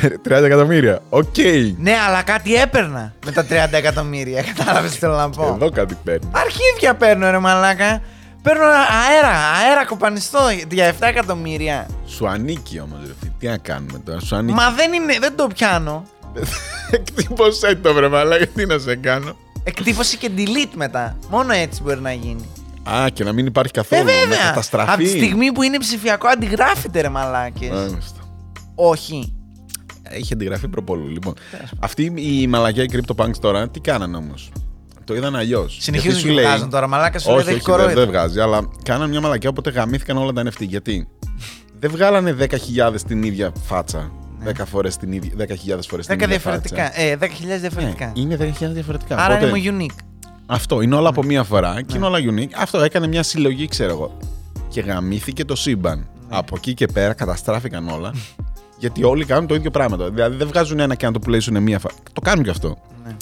30 εκατομμύρια. Οκ. Ναι, αλλά κάτι έπαιρνα με τα 30 εκατομμύρια. Κατάλαβες τι θέλω να πω. Εδώ κάτι παίρνεις. Αρχίδια παίρνω, ρε μαλάκα. Παίρνω αέρα, αέρα κοπανιστό για 7 εκατομμύρια. Σου ανήκει όμως, ρε φίλε. Τι να κάνουμε τώρα, σου ανήκει. Μα δεν είναι, δεν το πιάνω. Εκτύπωσέ το βρε μαλάκα, τι να σε κάνω. Εκτύπωση και delete μετά. Μόνο έτσι μπορεί να γίνει. Α, και να μην υπάρχει Ε, καθόλου. να βέβαια. καταστραφεί. Ε. Από τη στιγμή που είναι ψηφιακό, αντιγράφεται ρε μαλάκες. Μάλιστα. Όχι. Έχει αντιγραφεί προπόλου. Λοιπόν, αυτή η μαλακιά οι CryptoPunks τώρα τι κάνανε όμως. Το είδαν αλλιώ. Συνεχίζουν και βγάζουν τώρα. Μαλάκα σου λέει Όχι, δεν όχι, έχει δεν, δεν κορόιδο. βγάζει, αλλά κάνανε μια μαλακιά οπότε γαμήθηκαν όλα τα NFT. Γιατί δεν βγάλανε 10.000 την ίδια φάτσα. 10 φορές την ίδια. 10.000 φορές την 10 ίδια. Ναι. διαφορετικά. φάτσα. Ε, 10.000 διαφορετικά. Ναι, είναι 10.000 διαφορετικά. Άρα Οπότε, είμαι unique. Αυτό είναι όλα από Ναι. μία φορά και είναι όλα unique. Αυτό έκανε μια συλλογή, ξέρω εγώ. Και γαμήθηκε το σύμπαν. Ναι. Από εκεί και πέρα καταστράφηκαν όλα. γιατί όλοι κάνουν το ίδιο πράγμα. τώρα. Δηλαδή δεν βγάζουν ένα και να το πουλήσουν μία φορά. Το κάνουν και αυτό. Ναι.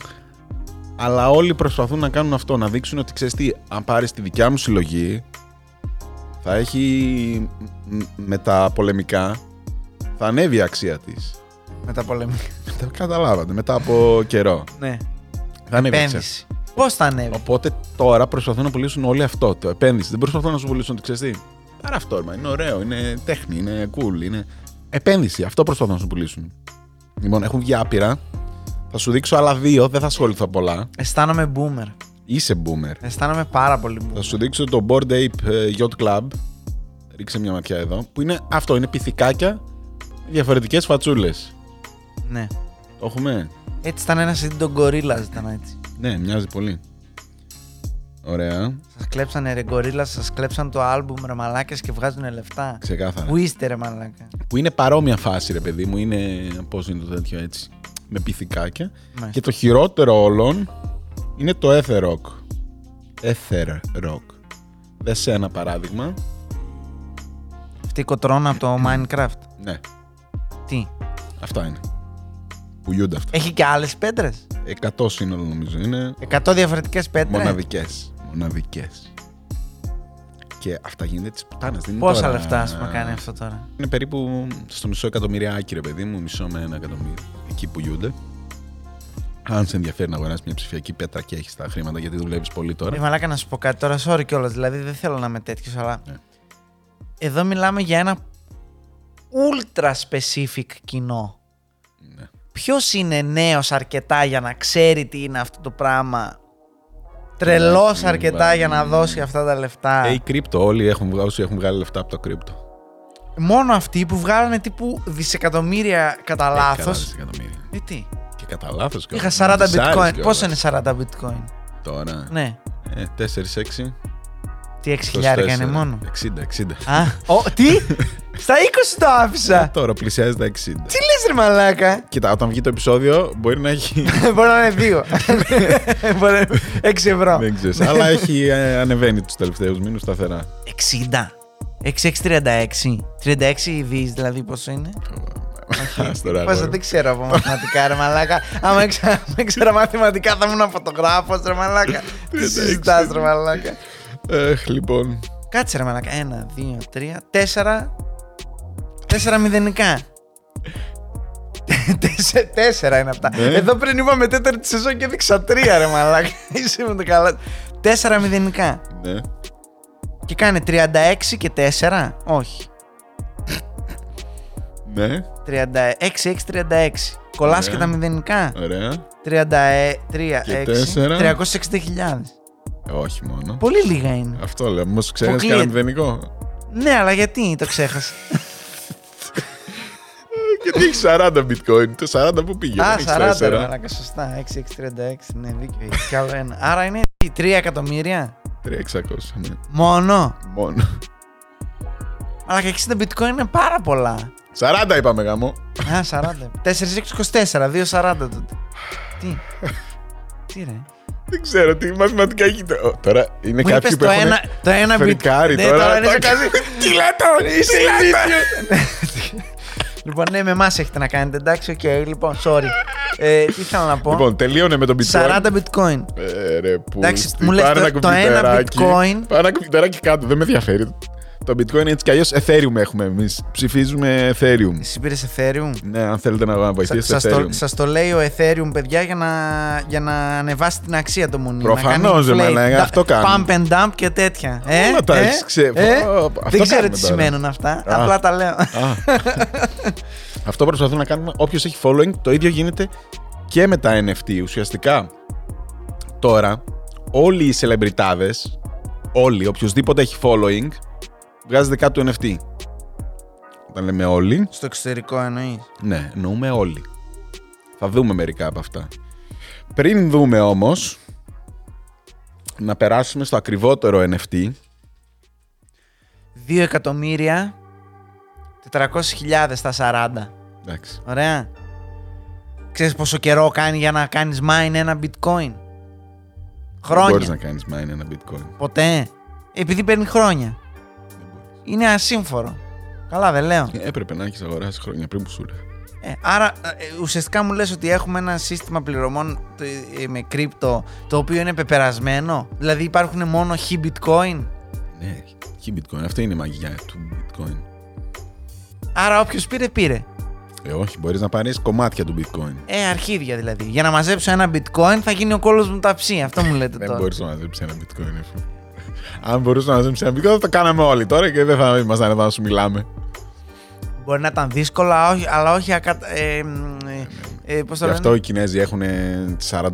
Αλλά όλοι προσπαθούν να κάνουν αυτό, να δείξουν ότι ξέρεις τι, αν πάρεις τη δικιά μου συλλογή, θα έχει μ, με τα πολεμικά, θα ανέβει η αξία της. Με τα πολεμικά. Καταλάβατε, μετά από καιρό. Ναι. Θα ανέβει η αξία. Επένδυση. Πώς θα ανέβει. Οπότε τώρα προσπαθούν να πουλήσουν όλοι αυτό, το επένδυση. Δεν προσπαθούν να σου πουλήσουν ότι ξέρεις τι. Άρα αυτό, ρε, μα, είναι ωραίο, είναι τέχνη, είναι cool, είναι. Επένδυση, αυτό προσπαθούν να σου πουλήσουν. Λοιπόν, έχουν βγει άπειρα. Θα σου δείξω άλλα δύο, δεν θα ασχοληθώ πολλά. Αισθάνομαι boomer. Είσαι boomer. Αισθάνομαι πάρα πολύ boomer. Θα σου δείξω το Bored Ape ε, Yacht Club. Ρίξε μια ματιά εδώ. Που είναι αυτό, είναι πυθικάκια διαφορετικές φατσούλες. Ναι. Το έχουμε. Έτσι ήταν ένας σύντομο γκορίλας, ήταν έτσι. Ναι, μοιάζει πολύ. Ωραία. Σας κλέψανε ρε γκορίλα, σας κλέψαν το άλμπουμ ρε μαλάκες και βγάζουν λεφτά. Ξεκάθαρα. Πού είστε ρε μαλάκα. Που είναι παρόμοια φάση, ρε παιδί μου. Είναι. Πώς είναι το τέτοιο έτσι. Με πυθικάκια. Ναι. Και το χειρότερο όλων είναι το Ether Rock. Ether Rock. Δες σε ένα παράδειγμα. Αυτή η κοτρώνα από το Minecraft. Ναι, Τι. αυτά είναι. Πουλιούνται αυτά. Έχει και άλλες πέτρες. 100 σύνολο νομίζω είναι. 100 διαφορετικές πέτρες. Μοναδικές. Μοναδικές. Και αυτά γίνονται τη πουτάνα. Πόσα λεφτά, ας πούμε, κάνει αυτό τώρα. Είναι περίπου στο μισό εκατομμυριάκι, ρε παιδί μου, μισό με ένα εκατομμύριο. Εκεί που γιούνται. Αν σε ενδιαφέρει να αγοράσει μια ψηφιακή πέτρα και έχεις τα χρήματα, γιατί δουλεύει πολύ Ρε τώρα. Ε, μαλάκα να σου πω κάτι τώρα, sorry κιόλας. Δηλαδή δεν θέλω να είμαι τέτοιος, αλλά. Ναι. Εδώ μιλάμε για ένα ultra specific κοινό. Ναι. Ποιος είναι νέος αρκετά για να ξέρει τι είναι αυτό το πράγμα. Τρελός Ναι, αρκετά ναι, για να ναι. δώσει αυτά τα λεφτά. Ε, η κρύπτο, όλοι έχουν, βγα- όσοι έχουν βγάλει λεφτά από το κρύπτο. Μόνο αυτοί που βγάλανε τύπου δισεκατομμύρια κατά λάθο. Ε, εκατομμύρια. Ε, τι. Και κατά λάθος. Είχα 40 bitcoin. Πόσο είναι 40 bitcoin. Τώρα. Ναι. Ε, 4-6. Τι 6 χιλιάρικα ε. είναι μόνο. 60-60. Α, ο, τι! Στα 20 το άφησα! Ε, Τώρα πλησιάζει τα 60. τι λες ρε μαλάκα! Κοίτα, όταν βγει το επεισόδιο, μπορεί να έχει. Μπορεί να είναι δύο. Μπορεί να είναι 6 ευρώ. δεν ξέρεις. αλλά έχει ε, ανεβαίνει τους τελευταίους μήνε σταθερά. 60. 6636. 36 δις δηλαδή πόσο είναι. Ας τώρα, Πόσο αγόρι. δεν ξέρω από μαθηματικά ρε μαλάκα. Άμα ήξερα- άμα ήξερα μαθηματικά θα ήμουν φωτογράφος ρε μαλάκα. Τι 36. συζητάς ρε μαλάκα. Εχ, λοιπόν. Κάτσε ρε μαλάκα. Ένα, δύο, τρία, τέσσερα. Τέσσερα μηδενικά. Τέσσε- τέσσερα είναι αυτά. Ναι. Εδώ πριν είπαμε τέταρτη σεζόν και έδειξα τρία ρε μαλάκα. Είσαι με το καλά. Τέσσερα μηδενικά. Ναι. Και κάνε 36 και 4. Όχι. Ναι. 36, 6, 36. Κολλάς Ναι. και τα μηδενικά. ε, Ωραία. 33, Και 6, τέσσερα. 360.000. Ε, Όχι μόνο. Πολύ λίγα είναι. Αυτό λέω. Μήπω ξέρεις Αποκλείεται. κανένα μηδενικό. Ναι, αλλά γιατί το ξέχασα. Ε, Γιατί έχει 40 bitcoin. Το 40 που πήγε. Α, δεν έχεις 40 ρε 4. μαλάκα, σωστά. 6,636, ναι, δίκιο. έχεις. Κι άλλο ένα. Άρα είναι 3 εκατομμύρια. 3.600. ναι. Μόνο. Μόνο. Αλλά 60 bitcoin είναι πάρα πολλά. 40 είπαμε γαμό. Α, 40. 4,624, 2,40 τότε. Τι. Τι ρε. Δεν ξέρω τι μαθηματικά έχει. το- Ω, Τώρα είναι Μου είπες κάποιοι που το έχουν. ένα, το ένα bit- Φρικάρι Ναι, τώρα. είναι σε Το- κάτι. Κυλάτο, είσαι ηλίθιο. Λοιπόν, ναι, με εμάς έχετε να κάνετε, εντάξει, οκ, λοιπόν, sorry. Ε, τι ήθελα να πω. Λοιπόν, τελείωνε με τον bitcoin. 40 bitcoin. Ε, ρε, που Εντάξει, στη- μου λες πάρε το- ένα το ένα κουμπιτεράκι- bitcoin. Πάρε ένα κουμπιτεράκι κάτω, δεν με ενδιαφέρει. Το bitcoin έτσι κι αλλιώς Ethereum έχουμε εμείς. Ψηφίζουμε Ethereum. Εσύ πήρες Ethereum. Ναι, αν θέλετε να βοηθήσετε Σα Ethereum. το, σας το λέει ο Ethereum, παιδιά, για να, για να ανεβάσει την αξία του μουνί. Προφανώς, ρε μαλάκα, αυτό κάνει. κάνει. inflate, da- Pump and dump και τέτοια. Ε, Όλα τα ε, έχεις ξε- ε, Α, αυτά δεν ξέρω κάνουμε τι τώρα. σημαίνουν αυτά. Απλά τα λέω. Α. Αυτό προσπαθούμε να κάνουμε. Όποιος έχει following, το ίδιο γίνεται και με τα NFT. Ουσιαστικά, τώρα όλοι οι σελεμπριτάδες, όλοι, οποιοδήποτε έχει following, βγάζει δικά του NFT. Όταν λέμε όλοι, Στο εξωτερικό εννοείς. ναι, εννοούμε όλοι. Θα δούμε μερικά από αυτά. Πριν δούμε όμως, να περάσουμε στο ακριβότερο NFT. 2 εκατομμύρια 400.000 στα 40. Εντάξει. Ωραία. Ξέρεις πόσο καιρό κάνει για να κάνεις mine ένα bitcoin. Δεν Χρόνια. μπορείς να κάνεις mine ένα bitcoin. Ποτέ. Επειδή παίρνει χρόνια. Είναι ασύμφορο. Καλά δεν λέω. Ε, Έπρεπε να έχεις αγοράσει χρόνια πριν που σου έλεγα. Ε, άρα ε, ε, ουσιαστικά μου λες ότι έχουμε ένα σύστημα πληρωμών το- ε, με κρύπτο το οποίο είναι πεπερασμένο. Δηλαδή υπάρχουν μόνο χι bitcoin. Ναι, και bitcoin. Αυτή είναι η μαγιά του bitcoin. Άρα όποιος πήρε πήρε. Ε, όχι, μπορείς να πάρεις κομμάτια του bitcoin. Ε, αρχίδια δηλαδή. Για να μαζέψω ένα bitcoin θα γίνει ο κόλος μου ταψί. Αυτό μου λέτε Δεν τώρα. μπορείς να μαζέψεις ένα bitcoin. ρε φίλε. Αν μπορούσα να μαζέψεις ένα bitcoin, θα το κάναμε όλοι τώρα και δεν θα ήμασταν εδώ να σου μιλάμε. Μπορεί να ήταν δύσκολα, αλλά όχι, αλλά όχι ακατα... ε, ε, ε, πώς Γι' το λένε. αυτό οι Κινέζοι έχουν 48.000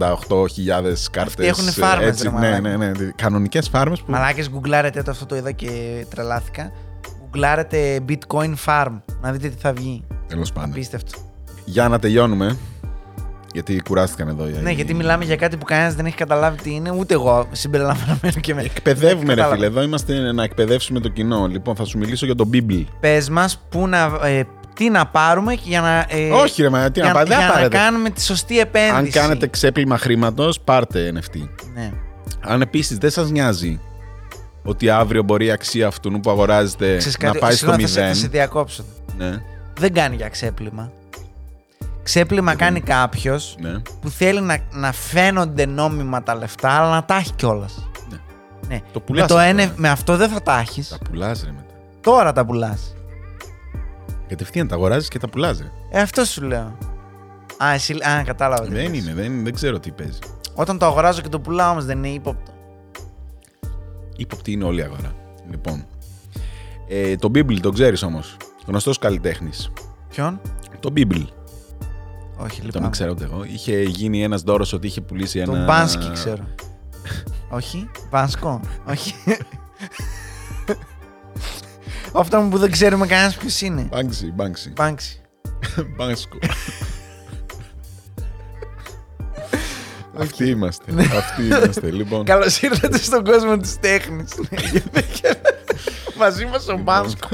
κάρτες. έχουνε φάρμες, έτσι, ρε ναι, μαλάκα. ναι, ναι, Κανονικές φάρμες που... Μαλάκες, γκουγκλάρετε το αυτό το είδα και τρελάθηκα. Γκουγκλάρετε bitcoin farm. Να δείτε τι θα βγει. Τέλος πάντων. Απίστευτο. Για να τελειώνουμε. Γιατί κουράστηκαν εδώ. οι- Ναι, γιατί μιλάμε για κάτι που κανένας δεν έχει καταλάβει τι είναι, ούτε εγώ συμπεριλαμβανομένο και με. Εκπαιδεύουμε, ρε Κατάλαβα. φίλε. Εδώ είμαστε να εκπαιδεύσουμε το κοινό. Λοιπόν, θα σου μιλήσω για τον Bible. Πες μας πού να, ε, τι να πάρουμε και για να. ε, Όχι, ρε, μα τι για, να πάρετε. για δεν να πάρετε. κάνουμε τη σωστή επένδυση. Αν κάνετε ξέπλυμα χρήματος, πάρτε NFT. Ναι. Αν επίσης δεν σας νοιάζει ότι αύριο μπορεί η αξία αυτού που αγοράζετε Ξέρεις να κάτι, πάει στο συγγνώμη, θα σε- θα μηδέν. σε διακόψω. Ναι, Δεν κάνει για ξέπλυμα. Ξέπλυμα κάνει κάποιος Ε, ναι. που θέλει να, να φαίνονται νόμιμα τα λεφτά, αλλά να τα έχει κιόλας. Ναι. Ναι. Το Με, πουλάς. το αυτό, NF ε. με αυτό δεν θα τα έχεις. Τα πουλάς, ρε μετά. Τώρα τα πουλάς. Κατευθείαν τα αγοράζεις και τα πουλάς, ρε. Ε, αυτό σου λέω. Α, εσύ, α κατάλαβα. τι Δεν λες. είναι, δεν, είναι, δεν ξέρω τι παίζει. Όταν το αγοράζω και το πουλάω όμως δεν είναι ύποπτο. Υποπτή είναι όλη η αγορά. Λοιπόν. Ε, το Bible, τον ξέρεις όμως. Γνωστός καλλιτέχνης. Ποιον? Το Bible. Όχι, λοιπόν. Τον ξέρω ούτε εγώ. Είχε γίνει ένας δώρος ότι είχε πουλήσει ένα. Τον Μπάνσκι ξέρω. Όχι. Μπάνσκο. Όχι. Αυτό που δεν ξέρουμε κανένας ποιος είναι. Banksy, Banksy. Μπάνξι. Μπάσκο. Αυτοί είμαστε. Αυτοί είμαστε. Λοιπόν, Καλώς ήρθατε στον κόσμο της τέχνης. Μαζί μας ο Λοιπόν, Μπάνσκο.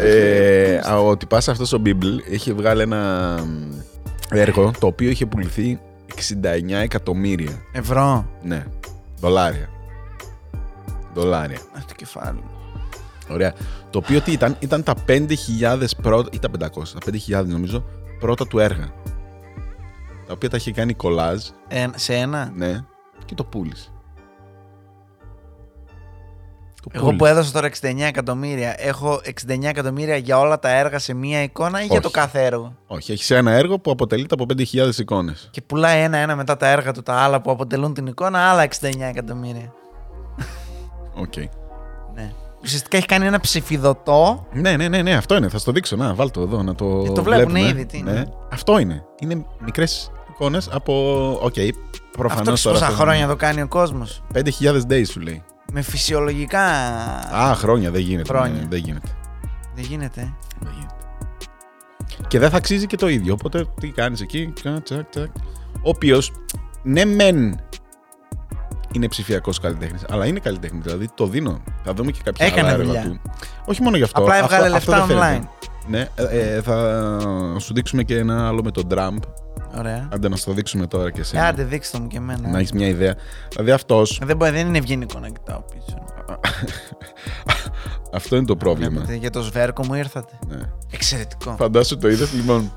ε, α, ο τυπάς αυτός ο Μπίμπλ έχει βγάλει ένα μ, έργο το οποίο είχε πουληθεί 69 εκατομμύρια. Ευρώ. Ναι, δολάρια. Δολάρια. Α, το κεφάλι μου. Ωραία. Το οποίο τι ήταν, ήταν τα 5.000 πρώτα, ή τα 500, τα 5.000 νομίζω, πρώτα του έργα. Τα οποία τα είχε κάνει κολάζ, Ε, σε ένα. ναι, και το πούλησε. Το Εγώ που έδωσα τώρα 69 εκατομμύρια, έχω 69 εκατομμύρια για όλα τα έργα σε μία εικόνα ή για Όχι. το κάθε έργο. Όχι, έχεις ένα έργο που αποτελείται από 5.000 εικόνες. Και πουλάει ένα-ένα μετά τα έργα του, τα άλλα που αποτελούν την εικόνα, άλλα 69 εκατομμύρια. Οκ. Ναι. Ουσιαστικά έχει κάνει ένα ψηφιδωτό. Ναι, ναι, ναι, ναι, αυτό είναι. Θα στο δείξω. Να, βάλ το εδώ να το. Ε, το βλέπουνε βλέπουμε. ήδη, τι είναι. Ναι. Αυτό είναι. Είναι μικρές εικόνες από. Οκ. Προφανώ τώρα. Αυτό ξέρεις πόσα αυτό χρόνια είναι. το κάνει ο κόσμος. 5.000 days σου λέει. Με φυσιολογικά. Α, χρόνια δεν γίνεται. Χρόνια. ναι, δεν γίνεται. Δεν Δεν γίνεται. Δεν γίνεται. Και δεν θα αξίζει και το ίδιο. Οπότε τι κάνεις εκεί, κα, τσακ, τσακ. Ο οποίος, ναι, μεν είναι ψηφιακός καλλιτέχνης, αλλά είναι καλλιτέχνης. Δηλαδή το δίνω. Θα δούμε και κάποια Έκανε άλλα έργα δουλειά. του. Όχι μόνο γι' αυτό. Απλά Αυτό- έβγαλε αυτό λεφτά δεν online. φαίνεται. Ναι, ε, ε, θα σου δείξουμε και ένα άλλο με τον Τραμπ. Ωραία. Άντε να σου το δείξουμε τώρα και εσύ. Ε, Άντε, Ε, δείξτε μου και εμένα. Να έχεις μια ιδέα. Δηλαδή αυτός. Δεν, μπορεί, δεν είναι ευγενικό να κοιτάω πίσω. Αυτό είναι το πρόβλημα. Βλέπετε, για το σβέρκο μου ήρθατε. Ναι. Εξαιρετικό. Φαντάσου το είδες. Λοιπόν,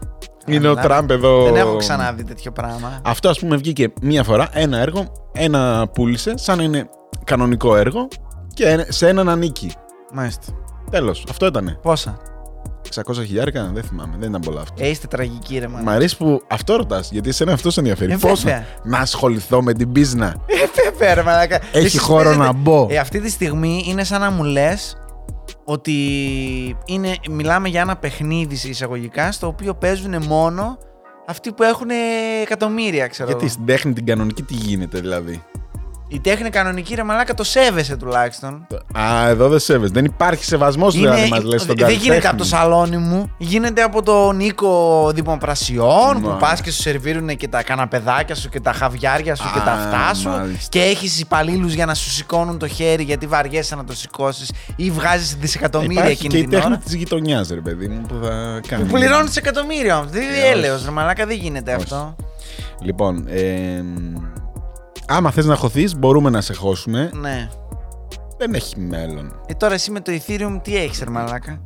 είναι ο Αλλά Τραμπ εδώ. Ε, Δεν έχω ξαναδεί τέτοιο πράγμα. Αυτό ας πούμε βγήκε μία φορά, ένα έργο, ένα πούλησε, σαν να είναι κανονικό έργο και ένα- σε έναν ανήκει. Μάλιστα. Τέλος. Αυτό ήταν. Πόσα. 600 χιλιάρικα, δεν θυμάμαι, δεν ήταν πολλά αυτά. Ε, είστε τραγικοί, ρε Μ' μάνα. αρέσει που αυτό ρωτάς, γιατί εσένα αυτός σε ενδιαφέρει. Ε, Πόσο βέβαια. να ασχοληθώ με την πίσνα. Βέβαια, ρε μαλάκα. Εσείς χώρο παίζετε- να μπω. Ε, αυτή τη στιγμή είναι σαν να μου λες ότι είναι, μιλάμε για ένα παιχνίδι σε εισαγωγικά στο οποίο παίζουν μόνο αυτοί που έχουν εκατομμύρια, ξέρω γιατί εγώ. στην τέχνη την κανονική τι γίνεται δηλαδή. Η τέχνη κανονική, ρε μαλάκα, το σέβεσαι τουλάχιστον. Το- Α, εδώ δεν σέβεσαι. Δεν υπάρχει σεβασμός δηλαδή, μας λες δε- στον δεν γίνεται καλλιτέχνη. από το σαλόνι μου. Γίνεται από τον Νίκο Δημοπρασιών που Μα. πας και σου σερβίρουν και τα καναπεδάκια σου και τα χαβιάρια σου και Α, τα αυτά σου. μάλιστα. Και έχεις υπαλλήλους για να σου σηκώνουν το χέρι γιατί βαριέσαι να το σηκώσεις ή βγάζεις δισεκατομμύρια Υπάρχει και εκείνη η την τέχνη ώρα. της γειτονιάς, ρε παιδί μου, που θα κάνει. Που πληρώνεις εκατομμύρια όμως. Δεν Ε, έλεο, όχι. ρε μαλάκα, δεν γίνεται Όχι. αυτό. Λοιπόν, ε, άμα θες να χωθείς, μπορούμε να σε χώσουμε. Ναι. Δεν έχει μέλλον. Ε, τώρα εσύ με το Ethereum τι έχεις, ρε μαλάκα.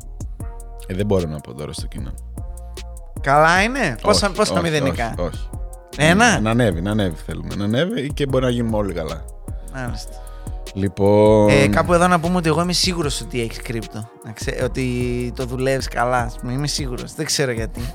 Ε, δεν μπορώ να πω τώρα στο κοινό. Καλά είναι. Πόσα, Όχι, πόσα όχι, μηδενικά. Όχι, όχι. Ένα. Να ανέβει, να ανέβει θέλουμε. Να ανέβει και μπορεί να γίνουμε όλοι καλά. Μάλιστα. Λοιπόν. Ε, κάπου εδώ να πούμε ότι εγώ είμαι σίγουρος ότι έχεις κρύπτο. Να ξέ- Ότι το δουλεύεις καλά. ας πούμε. Είμαι σίγουρος. Δεν ξέρω γιατί.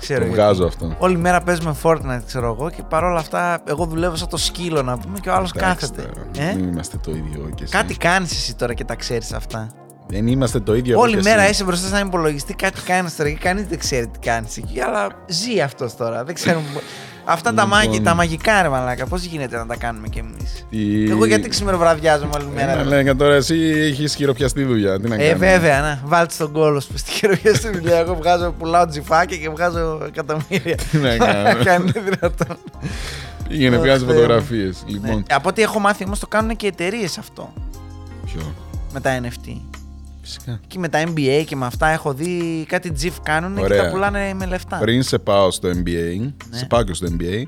Ξέρω Το γιατί. βγάζω αυτό. Όλη μέρα παίζουμε Fortnite, ξέρω εγώ, και παρόλα αυτά εγώ δουλεύω σαν το σκύλο να πούμε και ο άλλος Εντάξει κάθεται. τώρα, Ε? Δεν είμαστε το ίδιο εγώ και εσύ. Κάτι κάνεις εσύ τώρα και τα ξέρεις αυτά. Δεν είμαστε το ίδιο εγώ Όλη και μέρα εσύ. είσαι μπροστά σε έναν υπολογιστή, κάτι κάνεις τώρα και κανείς δεν ξέρει τι κάνεις εκεί. Αλλά ζει αυτός τώρα. Δεν ξέρω. που- Αυτά τα, Λοιπόν. μάγι, τα μαγικά ρε μαλάκα, πώς γίνεται να τα κάνουμε κι εμείς. Τι- Εγώ γιατί ξημεροβραδιάζομαι όλη μέρα. Ε, ρε. λέγα τώρα εσύ έχεις χειροπιαστή δουλειά. Τι να Ε, κάνουμε. βέβαια, να. Βάλτε τον κόλο σου στη χειρουργία στη δουλειά. Εγώ βγάζω, πουλάω τζιφάκια και βγάζω εκατομμύρια. Τι να κάνω. Κάνει δυνατόν. Πήγαινε, Ω, βγάζει Θεέ μου. φωτογραφίε. Ε, Ναι. Λοιπόν. Από ό,τι έχω μάθει όμως το κάνουν και εταιρείες αυτό Ποιο. με τα NFT. Φυσικά. Και με τα NBA και με αυτά έχω δει κάτι τζιφ κάνουν και Ωραία. τα πουλάνε με λεφτά. Πριν σε πάω στο NBA, Ναι. σε πάω και στο NBA,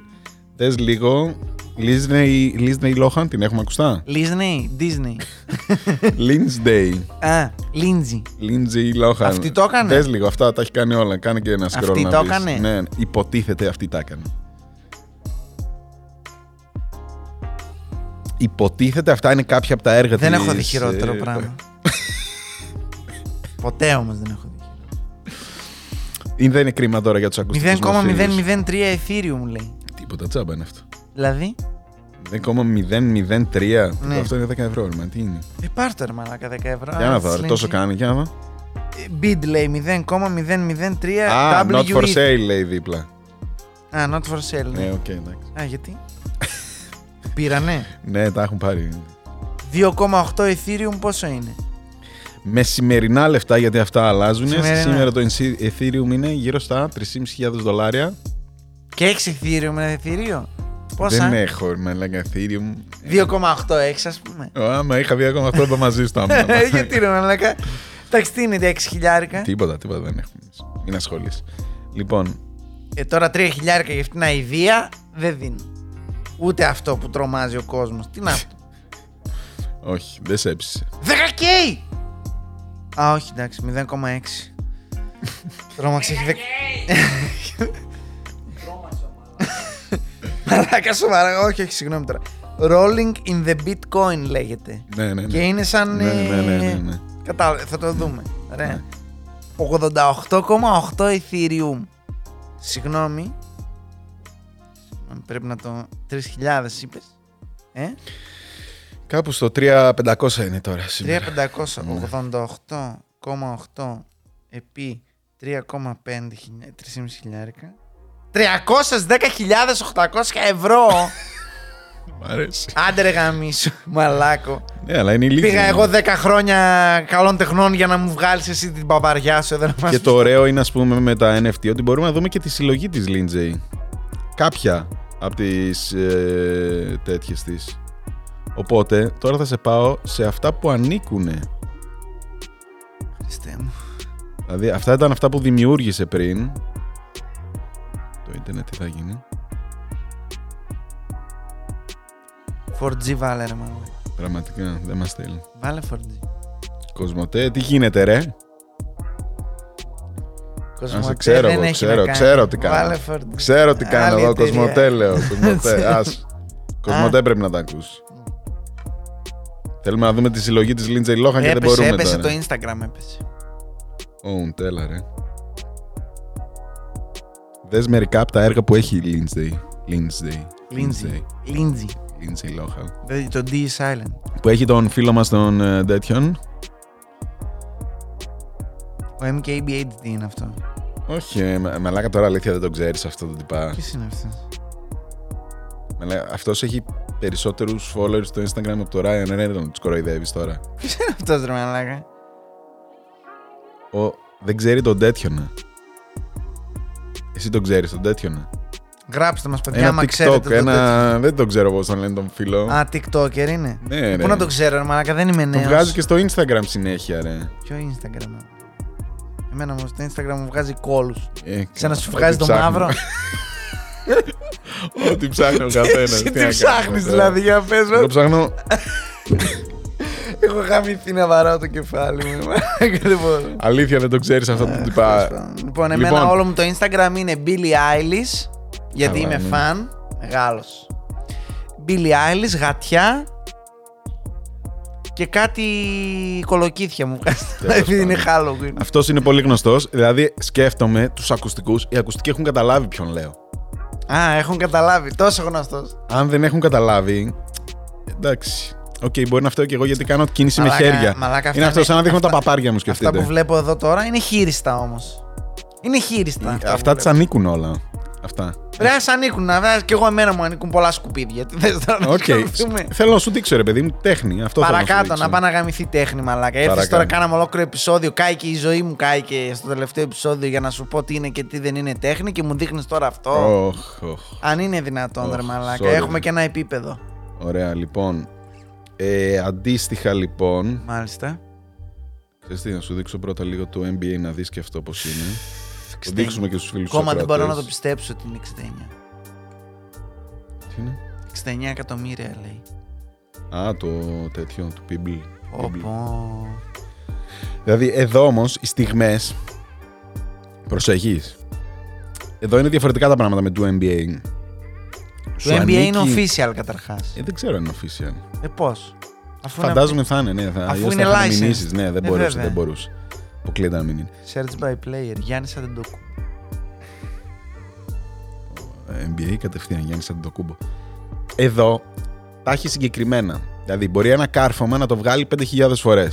δες λίγο Λίζνεϊ Λόχαν, την έχουμε ακουστά. Λίσνεϊ, Disney. Λίνσδεϊ. Α, Λίντζι. Λίντζι Λόχαν. Αυτή το έκανε? Δες λίγο, αυτά τα έχει κάνει όλα. Κάνε και ένα σκρόλ Αυτή να το δεις. έκανε? Ναι, υποτίθεται αυτή τα έκανε. Υποτίθεται αυτά είναι κάποια από τα έργα Δεν της, έχω δει χειρότερο ε, πράγμα. Ποτέ όμως δεν έχω δει. ε, Δεν είναι κρίμα τώρα για τους ακουστικούς μας φίλους. 0,003 Ethereum μου λέει. Τίποτα τσάμπα είναι αυτό. Δηλαδή. 0,003. Ναι. Αυτό είναι 10 ευρώ, ρε, μα τι είναι. Ε, πάρ' το ρε μαλάκα 10 ευρώ. Για να άρα δω, της ρε, τόσο Lindsay. κάνει, για να δω. Bid λέει 0,003 Α, WE. not for sale λέει δίπλα. E. Α, not for sale. Ναι, Ναι. οκ, εντάξει. Α, γιατί. Πήρανε. Ναι, τα έχουν πάρει. 2,8 Ethereum πόσο είναι. Με σημερινά λεφτά, γιατί αυτά αλλάζουν. Σημερινά. Σήμερα το Ense- Ethereum είναι γύρω στα 3.500 δολάρια. Και έχεις Ethereum ένα Ethereum. Δεν Πόσα. έχω, με λέγα Ethereum. 2,8 έχει, ας πούμε. Ω, Άμα είχα βγει ακόμα αυτό εδώ μαζί στο άμα. Ε, γιατί ε? ρε μαλάκα. Εντάξει, τι είναι, 6 χιλιάρικα. Τίποτα, τίποτα δεν έχουμε. Μην ασχολείς. Λοιπόν, Ε, τώρα 3 χιλιάρικα για αυτήν την αηδία δεν δίνω. Ούτε αυτό που τρομάζει ο κόσμος. Τι να αυτό. όχι, δεν σε έψησε. 10K! Α, όχι, εντάξει, 0,6. Τρόμαξε, έχει 10. Μαλάκα σοβαρά, όχι, όχι, συγγνώμη τώρα. Rolling in the bitcoin λέγεται. Ναι, ναι, ναι. Και είναι σαν. Ναι, ναι, ναι, ναι, ε, ναι. Κατάλαβε, θα το δούμε. Ωραία. 88,8 Ethereum. Συγγνώμη. Συγγνώμη, Πρέπει να το. 3.000 είπες. Ε? Κάπου στο 3.500 είναι τώρα σήμερα. 3.588,8 επί 3,5 χιλιά- 3,5 χιλιάρικα. 310.800 ευρώ! Μ' αρέσει. Άντε ρε γαμίσου, μαλάκο. Ναι, αλλά είναι ηλίθιο. Πήγα εγώ 10 χρόνια καλών τεχνών για να μου βγάλεις εσύ την παπαριά σου. Δεν μας Και το ωραίο είναι, ας πούμε, με τα NFT ότι μπορούμε να δούμε και τη συλλογή της Lin J. Κάποια από τις ε, τέτοιες της. Οπότε τώρα θα σε πάω σε αυτά που ανήκουν. Χριστέ μου. Δηλαδή αυτά ήταν αυτά που δημιούργησε πριν. Το ίντερνετ τι θα γίνει. 4G βάλε ρε μάλλον. Πραγματικά δεν μας στέλνει. Βάλε 4G. Κοσμοτέ, τι γίνεται, ρε. Κοσμοτέ, ξέρω δεν εγώ, έχει να ξέρω, κάνει. ξέρω τι κάνω. Βάλε 4G. Ξέρω τι κάνω Άλλη εγώ, εταιρεία. Κοσμοτέ λέω. Κοσμοτέ, ας. Κοσμοτέ πρέπει να τα ακούσει. Θέλουμε να δούμε τη συλλογή της Λίντζεϊ Λόχαν και δεν Έπεσε, μπορούμε έπεσε τώρα. το Instagram, έπεσε. Ω, τέλα ρε. Δες μερικά από τα έργα που έχει η Λίντζεϊ. Λίντζεϊ. Λίντζι. Λίντζι. Λίντζεϊ Λόχαν. Δηλαδή, Το D is silent. Που έχει τον φίλο μας τον ε, τέτοιον. Ο MKBHD είναι αυτό. Όχι, ε, μα- μαλάκα τώρα αλήθεια δεν τον ξέρεις αυτό τον τυπά. Ποιος είναι αυτός. Μαλάκα, Αυτός έχει περισσότερους followers στο Instagram από το Ryan Reynolds. Τους κοροϊδεύεις τώρα. Ποιο είναι αυτός, ρε μαλάκα. Ο, δεν ξέρει τον τέτοιον. Εσύ τον ξέρεις τον τέτοιον. Γράψτε μας, παιδιά, Ένα άμα TikTok, ξέρετε. το τέτοιο. ένα. Δεν τον ξέρω πώς τον λένε τον φίλο. Α, ναι, TikToker είναι. Ε, ναι, ρε. Πού να το ξέρω, ρε μαλάκα, δεν είμαι Τον νέος. βγάζει και στο Instagram συνέχεια, ρε. Ποιο Instagram. ε? Εμένα μου στο Instagram μου βγάζει κόλου. Ε, Σαν να σου ό,τι βγάζει το ψάχνω. μαύρο. Ό,τι ψάχνει ο καθένας. Εσύ τι ψάχνει, δηλαδή, για πες Εγώ με. ψάχνω. Έχω γαμηθεί να βαράω το κεφάλι μου. μαλάκα, δεν μπορώ. Αλήθεια δεν το ξέρεις αυτό το τυπά. Ε, Λοιπόν, εμένα Λοιπόν. όλο μου το Instagram είναι Billie Eilish, γιατί Καλά, είμαι ναι. φαν, μεγάλος. Billie Eilish, γατιά και κάτι κολοκύθια μου βγάζει, Τέλος επειδή είναι Halloween. Αυτός είναι πολύ γνωστός. Δηλαδή, σκέφτομαι τους ακουστικούς. Οι ακουστικοί έχουν καταλάβει ποιον λέω. Α, έχουν καταλάβει, τόσο γνωστός. Αν δεν έχουν καταλάβει. Εντάξει. Οκ, μπορεί να φταίω και εγώ γιατί κάνω κίνηση με Μαλάκα, χέρια. μαλάκα, αυτά είναι αυτός, είναι- σαν να δείχνω τα αυτά- παπάρια μου, Αυτά σκεφτείτε. που βλέπω εδώ τώρα είναι χείριστα όμως. Είναι χείριστα. Ε, Αυτά, που τις βλέπω. ανήκουν όλα. Αυτά. Ρε, ας ανήκουν, να βράζει και εγώ εμένα μου ανήκουν πολλά σκουπίδια. Τι θες τώρα να Οκ. ασχοληθούμε. Θέλω να σου δείξω, ρε παιδί μου, τέχνη. Αυτό θέλω Παρακάτω, να, σου να δείξω. πάω να γαμηθεί τέχνη, μαλάκα. Ήρθε Παρακάτω. τώρα, κάναμε ολόκληρο επεισόδιο. Κάει και η ζωή μου, κάει και στο τελευταίο επεισόδιο για να σου πω τι είναι και τι δεν είναι τέχνη και μου δείχνεις τώρα αυτό. Οχ, οχ. Αν είναι δυνατόν, Οχ, ρε μαλάκα. sorry. Έχουμε και ένα επίπεδο. Ωραία, λοιπόν. Ε, αντίστοιχα, λοιπόν. Μάλιστα. Ξέρεις τι, να σου δείξω πρώτα λίγο το NBA να δεις και αυτό πώς είναι. Το δείξουμε και στους φίλους Ακόμα δεν μπορώ να ακροατές. το πιστέψω ότι είναι Τι είναι? 69. 69 εκατομμύρια λέει. Α, το τέτοιο, του Pibble. Όπω. Δηλαδή, εδώ όμως οι στιγμές. Προσεχή. Εδώ είναι διαφορετικά τα πράγματα με του NBA. Το NBA είναι official καταρχάς. Ε, δεν ξέρω αν είναι official. Ε, πώς. Αφού Φαντάζομαι θα είναι, ναι. Θα, Αφού αλλιώς είναι θα είχαν licensed. μηνύσεις. Ναι, δεν Ε, μπορούσε, βέβαια. δεν μπορούσε. Αποκλείεται να μην είναι. είναι. Search by player. Γιάννη Αντεντοκού. NBA κατευθείαν, Γιάννης Αντιτοκούμπο. Εδώ τα έχει συγκεκριμένα. Δηλαδή, μπορεί ένα κάρφωμα να το βγάλει 5.000 φορέ.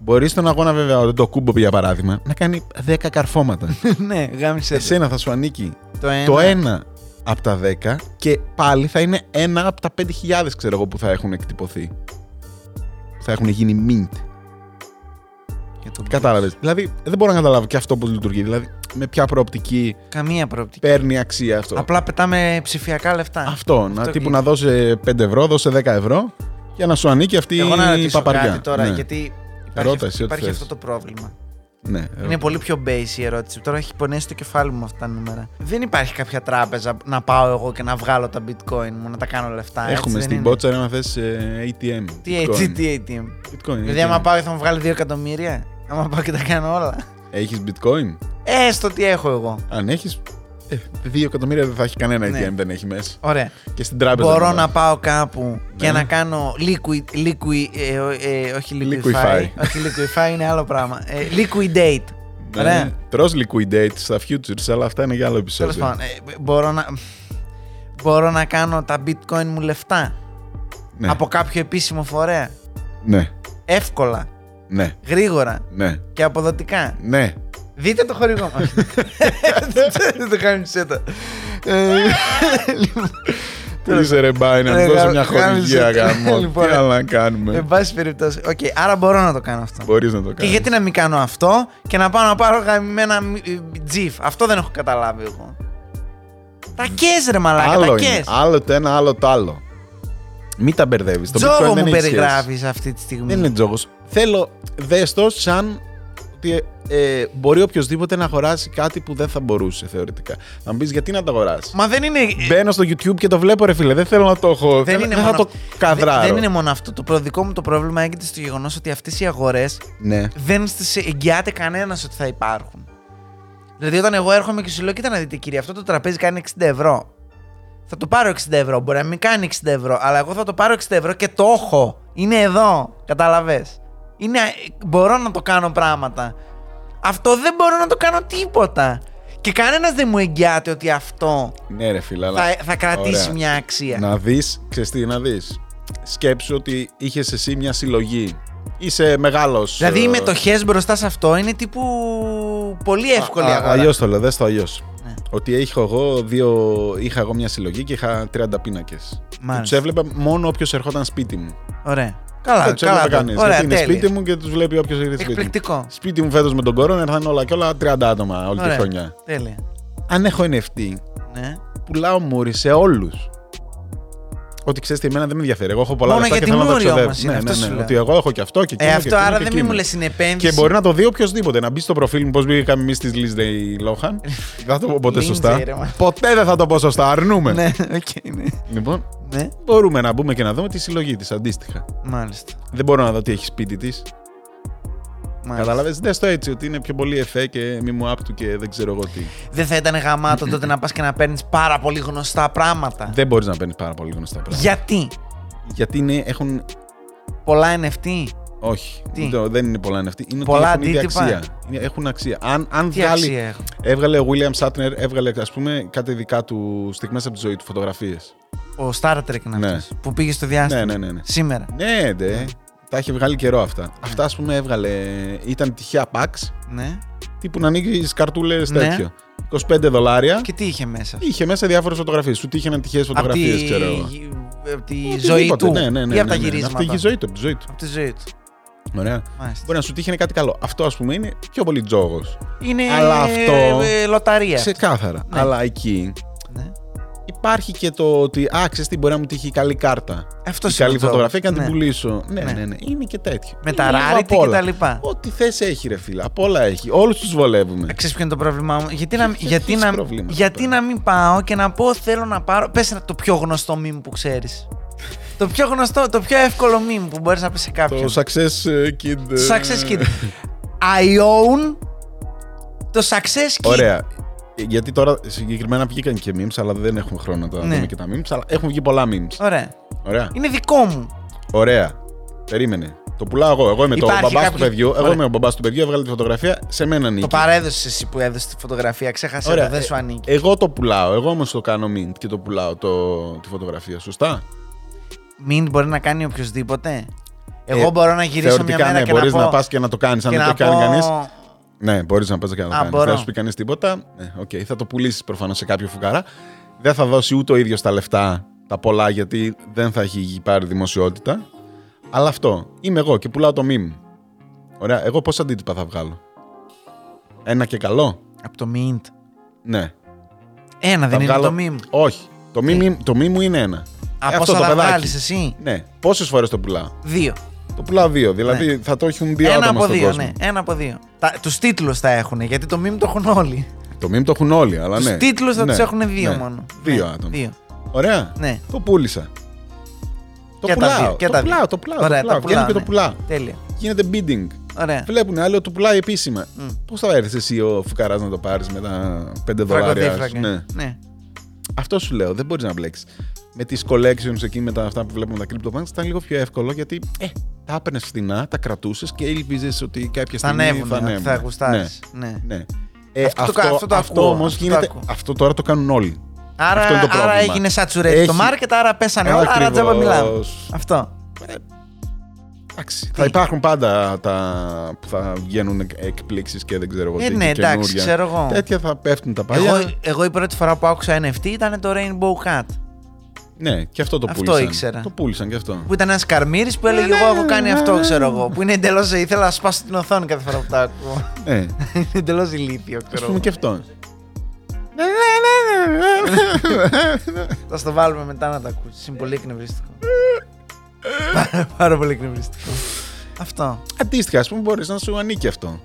Μπορεί στον αγώνα, βέβαια, ο Ντοκούμπο, για παράδειγμα, να κάνει 10 καρφώματα. ναι, γάμισε. το. Εσένα θα σου ανήκει Το ένα. το ένα από τα 10 και πάλι θα είναι ένα από τα 5.000, ξέρω εγώ, που θα έχουν εκτυπωθεί. Που Θα έχουν γίνει mint. Και το Κατάλαβες. Δηλαδή, δεν μπορώ να καταλάβω και αυτό πώς λειτουργεί. Δηλαδή, με ποια προοπτική Καμία προοπτική. παίρνει αξία αυτό. Απλά πετάμε ψηφιακά λεφτά. Αυτό, να τύπου και- να δώσει 5 ευρώ, δώσε 10 ευρώ για να σου ανήκει αυτή Εγώ να η ρωτήσω παπαριά. κάτι τώρα, ναι. γιατί υπάρχει, Ρώτα εσύ ό,τι υπάρχει θες. αυτό το πρόβλημα. ναι, ερώτα. Είναι πολύ πιο base η ερώτηση. Τώρα έχει πονέσει το κεφάλι μου αυτά τα νούμερα. Δεν υπάρχει κάποια τράπεζα να πάω εγώ και να βγάλω τα bitcoin μου, να τα κάνω λεφτά. έτσι Έχουμε δεν στην είναι. πότσα να θες ε, ATM. Τι, έτσι, τι ATM. Bitcoin, Δηλαδή, ATM. άμα πάω θα μου βγάλει 2 εκατομμύρια. Άμα πάω και τα κάνω όλα. Έχεις bitcoin. Έστω τι έχω εγώ. Αν έχεις, ε, 2 εκατομμύρια δεν θα έχει κανένα Ναι. ATM, δεν έχει μέσα. Ωραία. Και στην τράπεζα. Μπορώ να πας. πάω κάπου και Ναι. να κάνω liquid, liquid ε, ο- ε, όχι liquidify, Liquify. όχι liquidify είναι άλλο πράγμα, ε, liquidate, Ναι. ωραία, Τρως liquidate στα futures, αλλά αυτά είναι για άλλο Τέλο επεισόδιο. πάντων, ε, μπορώ, να, μπορώ να κάνω τα bitcoin μου λεφτά Ναι. από κάποιο επίσημο φορέα. ναι, Εύκολα, ναι, γρήγορα ναι, και αποδοτικά. ναι. Δείτε το χορηγό μας. Δεν το κάνει ψέτα. Ε, λοιπόν, Τι είσαι ρε μπάι να Ρε, μου δώσω Ε, γα- μια χορηγία γάμισε. γαμό. Τι Λοιπόν, άλλο να Εν κάνουμε. πάση περιπτώσει. Οκ, άρα μπορώ να το κάνω αυτό. Μπορείς να το Και κάνεις. Ε, γιατί να μην κάνω αυτό και να πάω να πάρω γαμμένα τζιφ. Αυτό δεν έχω καταλάβει εγώ. Τα κες ρε μαλάκα, τα Άλλο είναι. κες. Άλλο το ένα, άλλο το άλλο. Μην τα μπερδεύεις. Το Bitcoin Τζόγο δεν μου έχει σχέση. περιγράφεις αυτή τη στιγμή. Δεν είναι τζόγος. Θέλω, δες το σαν ότι ε, ε, μπορεί οποιοδήποτε να αγοράσει κάτι που δεν θα μπορούσε θεωρητικά. Να μου πεις γιατί να το αγοράσει. Ε- Μα δεν είναι. Μπαίνω στο YouTube και το βλέπω, ρε φίλε. Δεν θέλω να το έχω. δεν θέλω- είναι θα μόνο το αυτό. καδράρω. Δεν, δεν είναι μόνο αυτό. Το προδικό μου το πρόβλημα έγκυται στο γεγονός ότι αυτές οι αγορές Ναι. δεν στις εγγυάται κανένας ότι θα υπάρχουν. Δηλαδή, όταν εγώ έρχομαι και σου λέω, κοίτα να δείτε, κύριε, αυτό το τραπέζι κάνει 60 ευρώ. Θα το πάρω 60 ευρώ. Μπορεί να μην κάνει 60 ευρώ, αλλά εγώ θα το πάρω 60 ευρώ και το έχω. Είναι εδώ. Κατάλαβες. Είναι... Μπορώ να το κάνω πράγματα. Αυτό δεν μπορώ να το κάνω τίποτα. Και κανένας δεν μου εγγυάται ότι αυτό Ναι, ρε φίλε. αλλά- θα, θα κρατήσει Ωραία. μια αξία. Να δεις, ξέρεις τι, να δεις. Σκέψου ότι είχες εσύ μια συλλογή. Είσαι ε, μεγάλος. Δηλαδή οι μετοχές μπροστά σε αυτό είναι τύπου πολύ εύκολη αγορά. Αλλιώς το λέω, δες το αλλιώς. Ναι. Ότι είχα εγώ, δύο, είχα εγώ μια συλλογή και είχα 30 πίνακες. Μάλιστα. Τους έβλεπα μόνο όποιος ερχόταν σπίτι μου. Ωραία. Καλά, δεν του καλά. έβλεπα το- κανείς. Ωραία, Γιατί είναι τέλεια. σπίτι μου και τους βλέπει όποιος έρχεται σπίτι μου. Εκπληκτικό. Σπίτι μου φέτος με τον κόρονα ήρθαν όλα και όλα 30 άτομα όλη τη Ωραία. χρονιά. Τέλεια. Αν έχω NFT, Ναι. πουλάω μουρι σε όλους. Ότι ξέρεις τι, εμένα δεν με ενδιαφέρει. Εγώ έχω πολλά Μόνο λεφτά για και την θέλω να τα ξοδεύω. μούρη όμως είναι, αυτό σου λέω. ναι, Ότι εγώ έχω και αυτό και εκείνο. Ε, και αυτό εκείνο άρα και δεν μην μου εκείνο. λε είναι επένδυση. Και μπορεί να το δει οποιοδήποτε. Να μπει στο προφίλ μου πώς μπήκαμε εμείς τη Λίσδεϊ Λόχαν. Δεν θα το πω ποτέ Lindsay, σωστά. ρε, μα. ποτέ δεν θα το πω σωστά. Αρνούμε. Ναι, οκ, ναι. Λοιπόν, Ναι, μπορούμε να μπούμε και να δούμε τη συλλογή της αντίστοιχα. μάλιστα. Δεν μπορώ να δω τι έχει σπίτι της. μάλιστα. Κατάλαβες. Δες το έτσι, ότι είναι πιο πολύ εφέ και μη μου άπτου και δεν ξέρω εγώ τι. Δεν θα ήταν γαμάτο τότε να πας και να παίρνεις πάρα πολύ γνωστά πράγματα. Δεν μπορείς να παίρνεις πάρα πολύ γνωστά πράγματα. Γιατί Γιατί είναι, έχουν. πολλά NFT. Όχι. Τι? Μην το- δεν είναι πολλά είναι αυτή. Είναι ότι Πολλά έχουν ήδη αντίτυπα. αξία. Είναι- Έχουν αξία. Αν, αν Τι βγάλει. αξία έχουν. Έβγαλε ο William Shatner, έβγαλε ας πούμε κάτι δικά του στιγμές από τη ζωή του, φωτογραφίες. Ο Star Trek είναι Ναι. αυτός που πήγε στο διάστημα. Ναι, ναι, ναι, ναι. Σήμερα. Ναι, ναι. Τα είχε βγάλει καιρό αυτά. Αυτά, ας πούμε, έβγαλε. Ήταν τυχαία παξ. Ναι. Τύπου να ανοίγει καρτούλες Ναι. τέτοιο. 25 δολάρια. Και τι είχε μέσα. Είχε μέσα διάφορες φωτογραφίες. Σου τύχαιναν τυχαίες Απ' φωτογραφίες, ξέρω εγώ. απ' τη ζωή Οτιδήποτε. του. Ναι, ναι, ναι. ή ναι, από τα ναι, ναι. γυρίσματα. Αυτή η ζωή του. η ζωή του. Από τη ζωή του. Ωραία. Μάλιστα. Μπορεί να σου τύχαινε κάτι καλό. Αυτό, ας πούμε, είναι πιο πολύ τζόγος. Είναι Αλλά αυτό- ε, λοταρία. Ξεκάθαρα. Ναι. Αλλά εκεί Ναι. υπάρχει και το ότι, α, ξέρεις τι, μπορεί να μου τύχει η καλή κάρτα. Αυτό η είναι καλή το- φωτογραφία και να ναι. την πουλήσω. Ναι, Ναι. ναι, ναι. Είναι και τέτοιο. Με Είναι τα λίγο απ' rarity και όλα. τα λοιπά. Ε, Ό,τι θέση έχει, ρε φίλε. Απ' όλα έχει. Όλους τους βολεύουμε. Ξέρεις ποιο είναι το πρόβλημά μου. Γιατί να, Έχεις γιατί να, προβλήματα γιατί τώρα. να μην πάω και να πω θέλω να πάρω... Πες ένα- το πιο γνωστό μήνυμα που ξέρεις. το πιο γνωστό, το πιο εύκολο μήνυμα που μπορείς να πεις σε Το κάποιον. success ε, kid. ε, Success Kid. I own το Success Kid. Ωραία. Ε, Γιατί τώρα συγκεκριμένα βγήκαν και memes, αλλά δεν έχουμε χρόνο να τα Ναι. Ε, δούμε και τα memes. Αλλά έχουν βγει πολλά memes. Ωραία. Ωραία. Είναι δικό μου. Ωραία. Περίμενε. Το πουλάω εγώ. Εγώ είμαι ε, Υπάρχει το μπαμπά κάποιο- του παιδιού. Εγώ Ωραία. είμαι ο μπαμπάς του παιδιού. Έβγαλε τη φωτογραφία. Σε μένα νίκη. Το παρέδωσες εσύ που έδωσες τη φωτογραφία. Ξέχασε το, δεν Ε, σου ανήκει. εγώ το πουλάω. Εγώ όμως το κάνω mint και το πουλάω το, τη φωτογραφία. Σωστά. Μην μπορεί να κάνει οποιοδήποτε. Εγώ Ε, μπορώ να γυρίσω μια Θεωρητικά μέρα ναι, και μπορεί να, να, πω- πας και να το κάνεις. Αν και δεν το να κάνει πω- κανείς. Ναι, μπορείς να πας και να το Α, κάνεις. μπορώ. Δεν θα σου πει κανείς τίποτα. Ναι, οκ. Θα το πουλήσεις προφανώς σε κάποιο φουκαρά. Δεν θα δώσει ούτε ο ίδιος τα λεφτά τα πολλά γιατί δεν θα έχει πάρει δημοσιότητα. Αλλά αυτό. Είμαι εγώ και πουλάω το meme. Ωραία. Εγώ πόσα αντίτυπα θα βγάλω. Ένα και καλό. Από το Mint. Ναι. Ένα Θα δεν βγάλω- είναι το meme. Όχι. Το meme, το meme μου είναι ένα. Από Ε, όσα το θα παιδάκι. βγάλεις εσύ. Ναι. Πόσες φορές το πουλάω. Δύο. Το πουλάω δύο. Δηλαδή θα το έχουν δύο Ναι. Ένα άτομα από στον δύο, κόσμο. ναι. Ένα από δύο. Τα, τους τίτλους τα έχουν, γιατί το meme το έχουν όλοι. Το meme το έχουν όλοι, αλλά Τους ναι. τίτλους θα Ναι. τους έχουν δύο Ναι. μόνο. Δύο Ναι, άτομα. Δύο. Ωραία. Ναι. Το πούλησα. Το Και τα πουλάω. δύο, και το τα δύο. πουλάω, το πουλάω. Ωραία, Ναι. το πουλάω. τα Βγαίνω και το πουλάω, ναι. πουλάω. Τέλεια. Γίνεται bidding. Ωραία. Βλέπουν άλλοι ότι το πουλάει επίσημα. Μμ. Πώς θα έρθεις εσύ ο φουκαράς να το πάρεις με τα 5 δολάρια. Φραγκοδίφραγκα. σου, Ναι. ναι. Αυτό σου λέω, δεν μπορείς να μπλέξεις. Με τις collections εκεί, με τα αυτά που βλέπουμε τα crypto banks, ήταν λίγο πιο εύκολο γιατί ε, τα έπαιρνες φθηνά, τα κρατούσες και ήλπιζες ότι κάποια Θα στιγμή ανέβουν, θα θα, ανέβουν. γουστάρεις. Ναι. Ναι, ναι. Ε, Αυτό το αυτό, κα- αυτό αυτό, το ακούω, όμως αυτό το γίνεται. ακούω. Αυτό τώρα το κάνουν όλοι. Άρα, Αυτό είναι το άρα πρόβλημα. έγινε saturated το Έχει- Ε, market, άρα πέσανε όλα, άρα Ακριβώς. τζάμπα μιλάμε. Αυτό. Εντάξει, θα υπάρχουν πάντα τα που θα βγαίνουν εκπλήξεις και δεν ξέρω εγώ Ε, τι. ναι, και εντάξει, καινούρια. ξέρω εγώ. Τέτοια θα πέφτουν τα παλιά. Εγώ, εγώ η πρώτη φορά που άκουσα NFT ήταν το Rainbow Cat. Ναι, και αυτό το Αυτό πούλησαν. ήξερα. Το πούλησαν και αυτό. Που ήταν ένας Καρμύρης που Ναι, έλεγε: Εγώ έχω κάνει αυτό, ξέρω εγώ. Που είναι εντελώς. Ήθελα να σπάσω την οθόνη κάθε φορά που το ακούω. Ε, Είναι εντελώς ηλίθιο, α ξέρω πούμε εγώ. και αυτό. Ναι, Θα στο βάλουμε μετά να τα ακούσεις. Είναι πολύ εκνευριστικό. Πάρα- Πάρα πολύ εκνευριστικό. Αυτό. Αντίστοιχα, ας πούμε, μπορείς να σου ανήκει αυτό.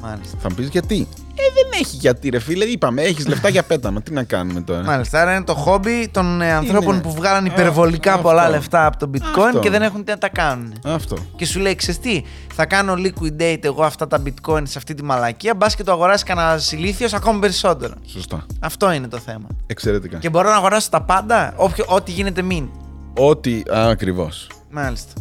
Μάλιστα. Θα μου πεις γιατί. Ε, δεν έχει γιατί, ρε φίλε. Είπαμε, έχεις λεφτά για πέταμα. Τι να κάνουμε τώρα. Μάλιστα, άρα είναι το χόμπι των ε, ανθρώπων που βγάλαν Α, υπερβολικά αυτό. πολλά λεφτά από το bitcoin Αυτό. και δεν έχουν τι να τα κάνουν. Αυτό. Και σου λέει, ξέρεις τι, θα κάνω liquidate εγώ αυτά τα bitcoin σε αυτή τη μαλακία, μπας και το αγοράσει κανένα ηλίθιος ακόμη περισσότερο. Σωστά. Αυτό είναι το θέμα. Εξαιρετικά. Και μπορώ να αγοράσω τα πάντα, όποιο, ό,τι γίνεται μην. Ό,τι ακριβώς. Μάλιστα.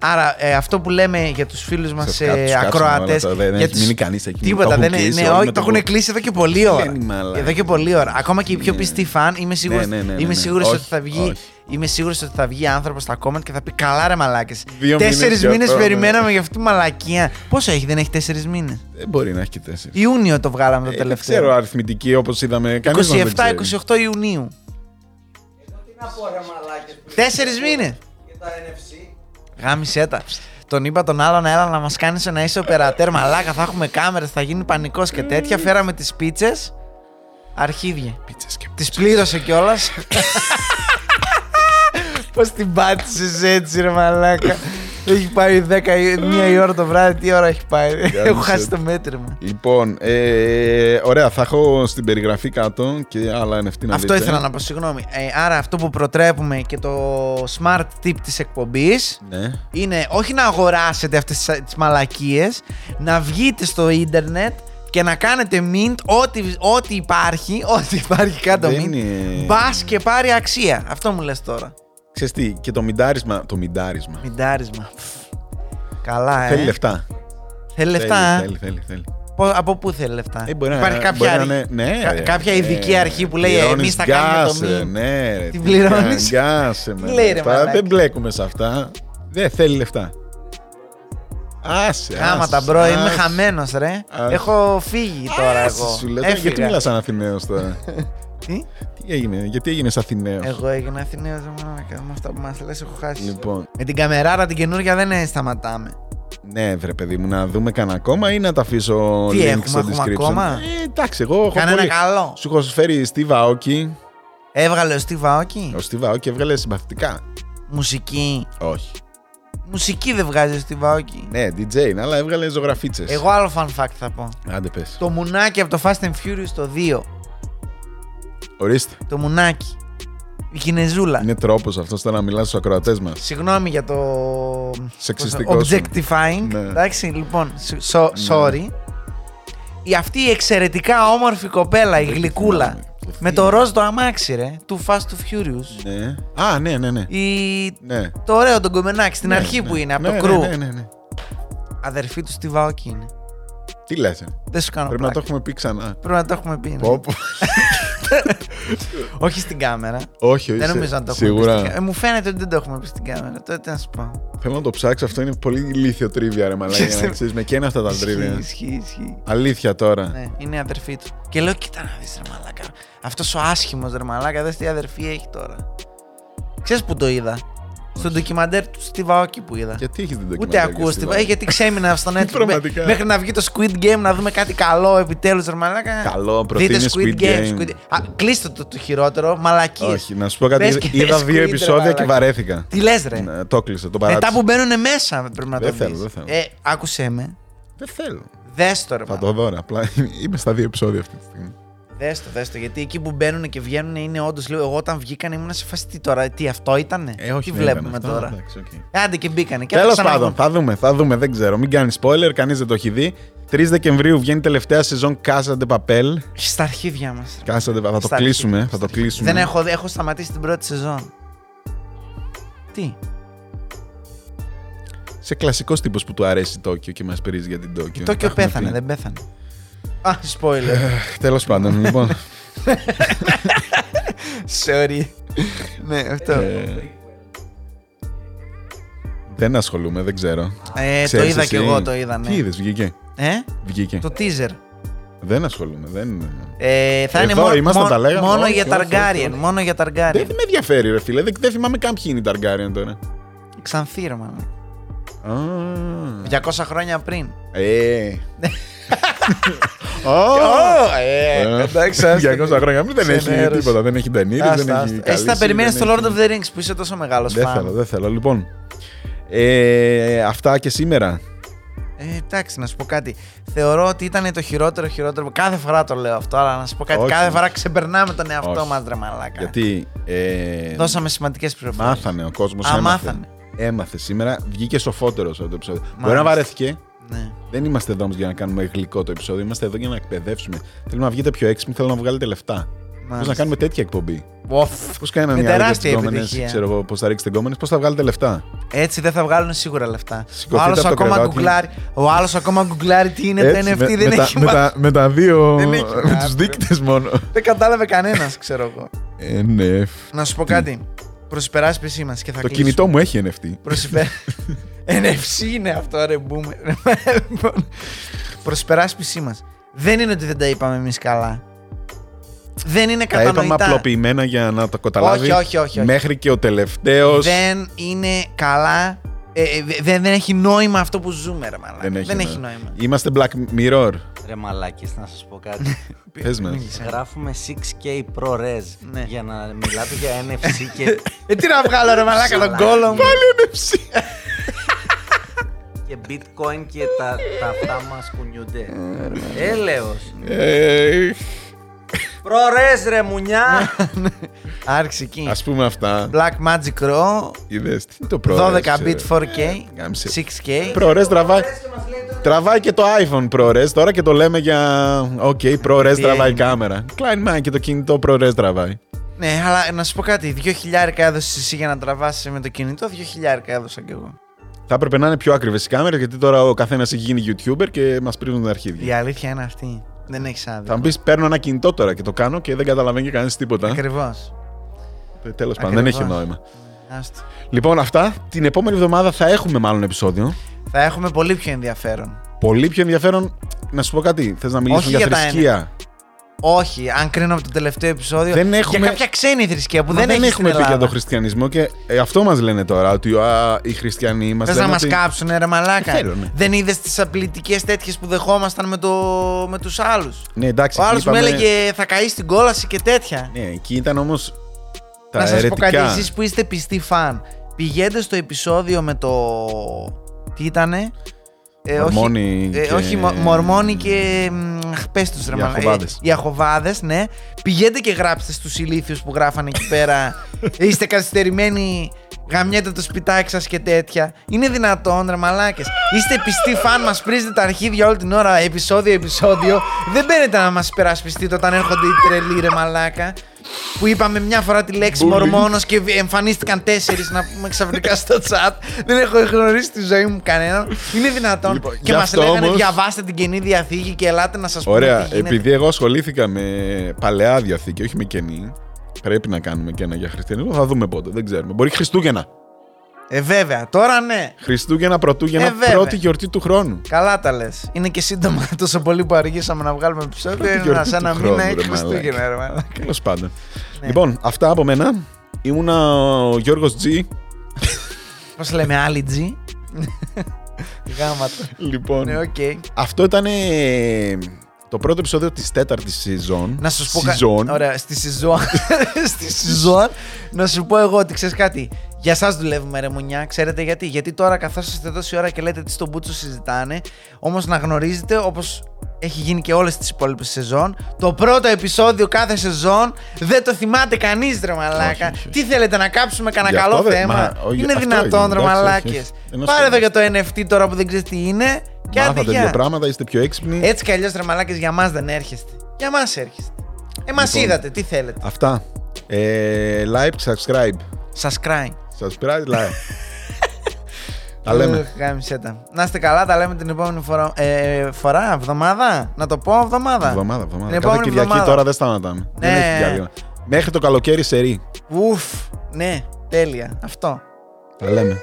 Άρα ε, αυτό που λέμε για τους φίλους μας ε, ακροατές... Δεν για έχεις τους- μείνει κανείς εκεί. Το Τίποτα, έχουν δεν είναι. κλείσει ναι, όλοι όχι, με το το έχουν που- κλείσει εδώ και πολλή ώρα. είναι μαλάκα. Εδώ και πολλή ώρα. Ακόμα και οι πιο Ναι. πιστοί φαν, είμαι σίγουρος Ναι, ναι, ναι, ναι, είμαι ναι. σίγουρος Όχι, ότι θα βγει. όχι. Είμαι σίγουρος ότι θα βγει άνθρωπος στα comment και θα πει καλά ρε μαλάκες. Δύο μήνες Τέσσερις για μήνες αυτό, ναι. περιμέναμε για αυτή τη μαλακία. Πόσο έχει, δεν έχει τέσσερις μήνες. Δεν Ε, μπορεί να έχει και τέσσερις. Ιούνιο το βγάλαμε το Ε, Δεν ξέρω τελευταίο. αριθμητική όπως είδαμε. κανείς να δεν ξέρει. 27-28 Ιουνίου. Να πω ρε μαλάκες που Τέσσερις μήνες. για τα NFC. Γάμισε τα. Τον είπα τον άλλον, έλα να μας κάνεις να είσαι οπερατέρ. Μαλάκα, θα έχουμε κάμερες, θα γίνει πανικός και τέτοια. Φέραμε τις πίτσες. Αρχίδια. Πίτσες και Τη πλήρωσε κιόλας. Πώς την πάτησες έτσι, ρε Μαλάκα. έχει πάει 10, μία η ώρα το βράδυ, τι ώρα έχει πάει. Έχω χάσει το μέτρημα. Λοιπόν, ε, ωραία, θα έχω στην περιγραφή κάτω και άλλα NFT να Αυτό ήθελα να πω, συγγνώμη. Ε, άρα αυτό που προτρέπουμε και το smart tip της εκπομπής Ναι. είναι όχι να αγοράσετε αυτές τις- τις μαλακίες, να βγείτε στο ίντερνετ και να κάνετε mint ό,τι, ό,τι υπάρχει, ό,τι υπάρχει κάτω Δεν mint, είναι- μπας και πάρει αξία. Αυτό μου λες τώρα. Ξέρεις τι, και το μιντάρισμα. Το μιντάρισμα. Μιντάρισμα. Καλά, ε. Θέλει λεφτά. Θέλει λεφτά. Θέλει, θέλει, θέλει. ε. Πο- από πού θέλει λεφτά. Ε, μπορεί να- Υπάρχει μπορεί κάποια, να αρι- είναι- ναι, κα- ρε. κάποια Ε, ειδική αρχή που λέει πληρώνεις εμείς θα κάνουμε gas, το ρε, mint. Ναι, ρε, Την πληρώνεις. Γκάσε με. λέει, ρε, αυτά. μαλάκα. Δεν μπλέκουμε σε αυτά. Δεν θέλει λεφτά. Άσε. Κάματα, άσε, μπρο, άσε. είμαι χαμένος, ρε. Ας. Έχω φύγει τώρα Άσε, εγώ. Σου λέω, τώρα, Έφυγα. γιατί ε? μιλάς σαν Αθηναίος τώρα. Τι? Τι έγινε, γιατί έγινε Αθηναίος. Εγώ έγινα Αθηναίος, δεν μπορώ να κάνω με αυτά που μας λες, έχω χάσει. Λοιπόν, Με την καμεράρα την καινούργια δεν ε, σταματάμε. ναι, βρε παιδί μου, να δούμε κανένα ακόμα ή να τα αφήσω Τι link έχουμε, στο έχουμε description. ακόμα? Ε, εντάξει, εγώ έχω Κανένα πολύ- καλό. Σου έχω φέρει Steve Aoki. Έβγαλε ο Steve Aoki. Ο Steve Aoki έβγαλε συμπαθητικά. Μουσική. Όχι. Μουσική δεν βγάζει ο Steve Aoki. Ναι, DJ είναι, αλλά έβγαλε ζωγραφίτσες. Εγώ άλλο fun fact θα πω. Άντε πες. Το μουνάκι από το Fast and Furious το 2. Ορίστε. Το μουνάκι. Η Κινεζούλα. Είναι τρόπος αυτός τώρα να μιλάς στους ακροατές μας. Συγγνώμη για το. Σεξιστικό το σου. Objectifying. Ναι. Εντάξει, λοιπόν. so- sorry. Η, αυτή η εξαιρετικά όμορφη κοπέλα, η Δεν τη γλυκούλα. θυμάμαι. Το Με θείο. το ροζ το αμάξι, ρε. Του Fast to Furious. Ναι. Α, ναι, ναι, ναι. Η... ναι. Το ωραίο τον κομμενάκι στην Ναι, αρχή ναι. που είναι, από Ναι, το κρου. Ναι, ναι, ναι, ναι. Αδερφή του στη Βαόκη είναι. Τι λες. Δεν σου κάνω Πρέπει να το πλάκα. έχουμε πει ξανά. Πρέπει να το έχουμε πει. ναι. Πω, πω. Όχι στην κάμερα. Όχι, όχι. Δεν σε- νομίζω να το έχουμε πει. Σίγουρα. Στην... κάμερα. Ε, μου φαίνεται ότι δεν το έχουμε πει στην κάμερα. Τότε τι να σου πω. Θέλω να το ψάξω. Αυτό είναι πολύ ηλίθιο τρίβια, ρε μαλάκα. για να ξέρεις, με καίνε αυτά τα Ισχύει, τρίβια. ισχύει, ισχύει. Αλήθεια τώρα. Ναι, είναι η αδερφή του. Και λέω, κοίτα να δεις ρε μαλάκα. Αυτός ο άσχημος ρε μαλάκα, δες τι αδερφή έχει τώρα. Ξέρεις που το είδα. Στο ντοκιμαντέρ του Steve Aoki που είδα. Γιατί έχεις την ε? Ούτε δοκιμασία. ακούω Steve Aoki, γιατί ξέμεινα στο net. Πραγματικά. Μέχρι να βγει το Squid Game να δούμε κάτι καλό επιτέλους ρε μαλάκα. Καλό, Δείτε προτείνει Squid Game. Α, κλείστε το, το χειρότερο, μαλακίες. Όχι, να σου πω Πες κάτι. και Είδα Squid, δύο ρε επεισόδια και μαλάκα. βαρέθηκα. Τι λες ρε. Ναι, Το κλείσα, το Μετά παράτησα. που μπαίνουν μέσα πρέπει να Δεν το θέλω, δεις. δεν θέλω. Ε, άκουσέ με. Δεν θέλω. Δες το ρε Θα μαλάκα. το δω, ρε. απλά είμαι στα δύο επεισόδια αυτή τη στιγμή. Δες το, δες το. Γιατί εκεί που μπαίνουν και βγαίνουν είναι όντως λίγο. Εγώ όταν βγήκαν ήμουν σε φάση τι τώρα, τι αυτό ήτανε. Ε, τι Ε, βλέπουμε τώρα. Ε, Άντε και μπήκανε. Και Τέλος έπαιξαν πάντων, ακόμα. θα δούμε, θα δούμε, δεν ξέρω. Μην κάνει spoiler, κανείς δεν το έχει δει. 3 Δεκεμβρίου βγαίνει η τελευταία σεζόν Casa de Papel. Στα αρχίδια μας. Casa de... Θα το Στα κλείσουμε, αρχίδια. θα το κλείσουμε. Δεν έχω, έχω σταματήσει την πρώτη σεζόν. Τι. Σε κλασικός τύπος που του αρέσει η Τόκιο και μας πειρίζει για την Τόκιο. Το και πέθανε, δεν πέθανε. Α, spoiler. Τέλο Ε, πάντων, λοιπόν. Sorry. ναι, αυτό. ε, δεν ασχολούμαι, δεν ξέρω. Ε, το Ξέρεις είδα εσύ? κι εγώ, το είδα, ναι. Τι είδες, βγήκε. Ε, Βγήκε. το teaser. Δεν ασχολούμαι. Δεν... Ε, θα είναι Εδώ μόνο, ήμασταν, μόνο, τα λέγαμε, μόνο όχι, για όχι, όχι, Ταργκάριεν. όχι. Μόνο για δεν, Ταργκάριεν. δεν με ενδιαφέρει, ρε φίλε. Δεν, δεν θυμάμαι καν ποιοι είναι οι Ταργκάριεν τώρα. Ξανθήρωμα. ναι. Α, 200 χρόνια πριν. Ε. Ω, ε, εντάξει, άστα. 200 χρόνια πριν δεν έχει Ξενέρωσε. τίποτα. Δεν έχει ταινίδε, Άστα, δεν άστα. έχει. Εσύ θα καλύψη, περιμένει δεν το Lord έχει- of the Rings που είσαι τόσο μεγάλος Δεν θέλω, φαν. δεν θέλω. Λοιπόν, ε, αυτά και σήμερα. Ε, εντάξει, να σου πω κάτι. Θεωρώ ότι ήταν το χειρότερο χειρότερο. Κάθε φορά το λέω αυτό, αλλά να σου πω κάτι. Όχι. Κάθε φορά ξεπερνάμε τον εαυτό Όχι. μας, ρε μαλάκα. Γιατί ε, Δώσαμε σημαντικές πληροφορίες. μάθανε ο κόσμος. Α, Έμαθε. μάθανε. Έμαθε σήμερα. Βγήκε σοφότερο από το επεισόδιο. Μπορεί να βαρέθηκε. Ναι. Δεν είμαστε εδώ όμως για να κάνουμε γλυκό το επεισόδιο. Είμαστε εδώ για να εκπαιδεύσουμε. Θέλουμε να βγείτε πιο έξυπνοι, θέλουμε να βγάλετε λεφτά. Πώς Μάλιστα. να κάνουμε τέτοια εκπομπή. Οφ. Πώς κάνανε Με οι άλλοι για τις τεράστια γκόμενες, επιτυχία. ξέρω εγώ, πώς θα ρίξετε γκόμενε, πώς θα βγάλετε λεφτά. Έτσι δεν θα βγάλουν σίγουρα λεφτά. Ο Σηκωθείτε άλλος από το ακόμα κρεβάτι. γκουγκλάρει. Ο άλλος ακόμα γκουγκλάρει τι είναι το Έτσι, NFT, δεν τα- έχει με, μάθει. τα, με τα δύο. Δεν έχει με μάθει. του δείκτες μόνο. Δεν κατάλαβε κανένας, ξέρω εγώ. NF. Να σου πω κάτι. Προ υπεράσπιση μας και Το θα κλείσουμε. κινητό μου έχει NFT. Προς υπε- NFC είναι αυτό, ρε μπούμε. λοιπόν, προς υπεράσπιση μας. Δεν είναι ότι δεν τα είπαμε εμείς καλά. Δεν είναι Τα είπαμε κατανοητά. απλοποιημένα για να το καταλάβει. Όχι, όχι, όχι, όχι. Μέχρι και ο τελευταίος. Δεν είναι καλά. Ε, ε, δε- δεν, έχει νόημα αυτό που ζούμε, ρε μαλάκα. Δεν έχει, νόημα. Είμαστε Black Mirror. Ρε μαλάκες, να σας πω κάτι. Πες μας. Μίλησε. Γράφουμε 6K ProRes Ναι. για να μιλάτε για NFC και, Ε, τι να βγάλω, ρε μαλάκα, τον κόλο μου. NFC. και Bitcoin και τα, τα αυτά μας κουνιούνται. Έλεος. Ε, ProRes ρε μουνιά. Άρχισε εκεί. Ας πούμε αυτά. Black Magic Raw, Είδες. Τι είναι το ProRes. 12 bit 4K, ε, Γάμισε. 6K. ProRes τραβάει. Και μας λέει τώρα, Τραβάει και το iPhone ProRes. Τώρα και το λέμε για. Οκ, ProRes Ε, Τι τραβάει έγινε. κάμερα. Klein man και το κινητό ProRes τραβάει. Ναι, αλλά να σου πω κάτι. 2.000 έδωσες εσύ για να τραβάσεις με το κινητό, 2.000 έδωσα κι εγώ. Θα έπρεπε να είναι πιο ακριβές οι κάμερες γιατί τώρα ο καθένας έχει γίνει YouTuber και μας πρίζουν τα Η αρχίδια. αλήθεια είναι αυτή. Δεν έχεις άδικο. Θα μου πεις: Παίρνω ένα κινητό τώρα και το κάνω και δεν καταλαβαίνει κανείς τίποτα. Ακριβώς. Τέλος πάντων, δεν έχει Ακριβώς. νόημα. Λοιπόν, αυτά. Την επόμενη εβδομάδα θα έχουμε μάλλον επεισόδιο. Θα έχουμε πολύ πιο ενδιαφέρον. Πολύ πιο ενδιαφέρον. Να σου πω κάτι. Θες να μιλήσουμε Όχι για, για τα θρησκεία. Όχι, αν κρίνω από το τελευταίο επεισόδιο. Δεν Για έχουμε- κάποια ξένη θρησκεία που Μα δεν, έχει στην έχουμε πει για Ελλάδα. τον χριστιανισμό και ε, αυτό μας λένε τώρα. Ότι α, οι χριστιανοί μας. Θες να μα κάψουν, ρε μαλάκα. Ε, θέλουνε. Δεν είδες τις απειλητικέ τέτοιες που δεχόμασταν με, το... με τους άλλους. Ναι, εντάξει, Ο εκεί άλλος μου είπαμε- έλεγε θα καείς στην κόλαση και τέτοια. Ναι, εκεί ήταν όμως. Τα να σας πω κάτι, αιρετικά. εσείς που είστε πιστοί φαν, πηγαίνετε στο επεισόδιο με το. Τι ήτανε. Ε, Μορμόνοι όχι, ε, και- όχι μο- Μορμόνοι και. μ, Αχ, πες τους, ρε Οι μαλα- ε, Αχωβάδες. οι Αχωβάδες, ναι. Πηγαίνετε και γράψτε στους ηλίθιους που γράφανε εκεί πέρα. Είστε καθυστερημένοι, γαμιέται το σπιτάκι σας και τέτοια. Είναι δυνατόν, ρε μαλάκες. Είστε πιστοί φαν, μας πρίζετε τα αρχίδια όλη την ώρα, επεισόδιο, επεισόδιο. Δεν μπαίνετε να μας υπερασπιστείτε όταν έρχονται οι τρελοί, ρε μαλάκα. Που είπαμε μια φορά τη λέξη Bullying. μορμόνος και εμφανίστηκαν τέσσερις να πούμε ξαφνικά στο chat. Δεν έχω γνωρίσει τη ζωή μου κανέναν. Είναι δυνατόν. Λοιπόν, γι' και μας αυτό λέγανε όμως- διαβάστε την καινή διαθήκη και ελάτε να σας πω. Ωραία, επειδή εγώ ασχολήθηκα με παλαιά διαθήκη, όχι με καινή. Πρέπει να κάνουμε και ένα για χριστιανισμό. Θα δούμε πότε, δεν ξέρουμε. Μπορεί Χριστούγεννα. Ε, βέβαια, τώρα ναι. Χριστούγεννα, Πρωτούγεννα, Ε, βέβαια. πρώτη γιορτή του χρόνου. Καλά τα λες. Είναι και σύντομα τόσο πολύ που αργήσαμε να βγάλουμε επεισόδιο. Πρώτη Είναι ένα- γιορτή σε ένα του μήνα χρόνου, έχει ρε Χριστούγεννα, μαλάκα. ρε μαλάκα. Τέλος πάντων. Ναι. Λοιπόν, αυτά από μένα. Ήμουνα ο Γιώργος Τζι. Πώς λέμε, άλλη G. Γάματα. Λοιπόν, Ναι, οκ. αυτό ήταν ε, το πρώτο επεισόδιο της τέταρτης σεζόν. Να σου πω Σεζόν. κάτι. Ωραία, στη σεζόν. στη σεζόν. να σου πω εγώ ότι ξέρεις κάτι. Για εσά δουλεύουμε, ρε Μουνιά. Ξέρετε γιατί. Γιατί τώρα καθόσαστε τόση ώρα και λέτε τι στον Μπούτσο συζητάνε. Όμως να γνωρίζετε, όπως έχει γίνει και όλες τις υπόλοιπες σεζόν, το πρώτο επεισόδιο κάθε σεζόν δεν το θυμάται κανείς, ρε Μαλάκα. όχι, όχι. Τι θέλετε να κάψουμε Γι' κανένα αυτό καλό δεν- θέμα. μα, όχι, είναι αυτό δυνατόν, έγινε, ρε εντάξει, όχι, Μαλάκες. όχι. Δεν Πάρε εδώ για ασχολούμαι. το NFT τώρα που δεν ξέρεις τι είναι. Και Ε- άντε Μάθατε δύο γεια. πράγματα, είστε πιο έξυπνοι. Έτσι κι αλλιώς, ρε μαλάκες, για μας δεν έρχεστε. Για μας έρχεστε. Ε, μας Λοιπόν. είδατε, τι θέλετε. Αυτά. Ε, like, subscribe. Subscribe. Subscribe, like. Τα λέμε. Αχ, γάμισε τα. Να είστε καλά, τα λέμε την επόμενη φορά. Ε, φορά, εβδομάδα. Να το πω, εβδομάδα. Εβδομάδα, εβδομάδα. Την Κάθε επόμενη Κυριακή εβδομάδα. τώρα δεν σταματάμε. Δεν Ναι. έχει διάλειμμα. Μέχρι το καλοκαίρι σε ρί. Ουφ, ναι, τέλεια. Αυτό. Τα λέμε.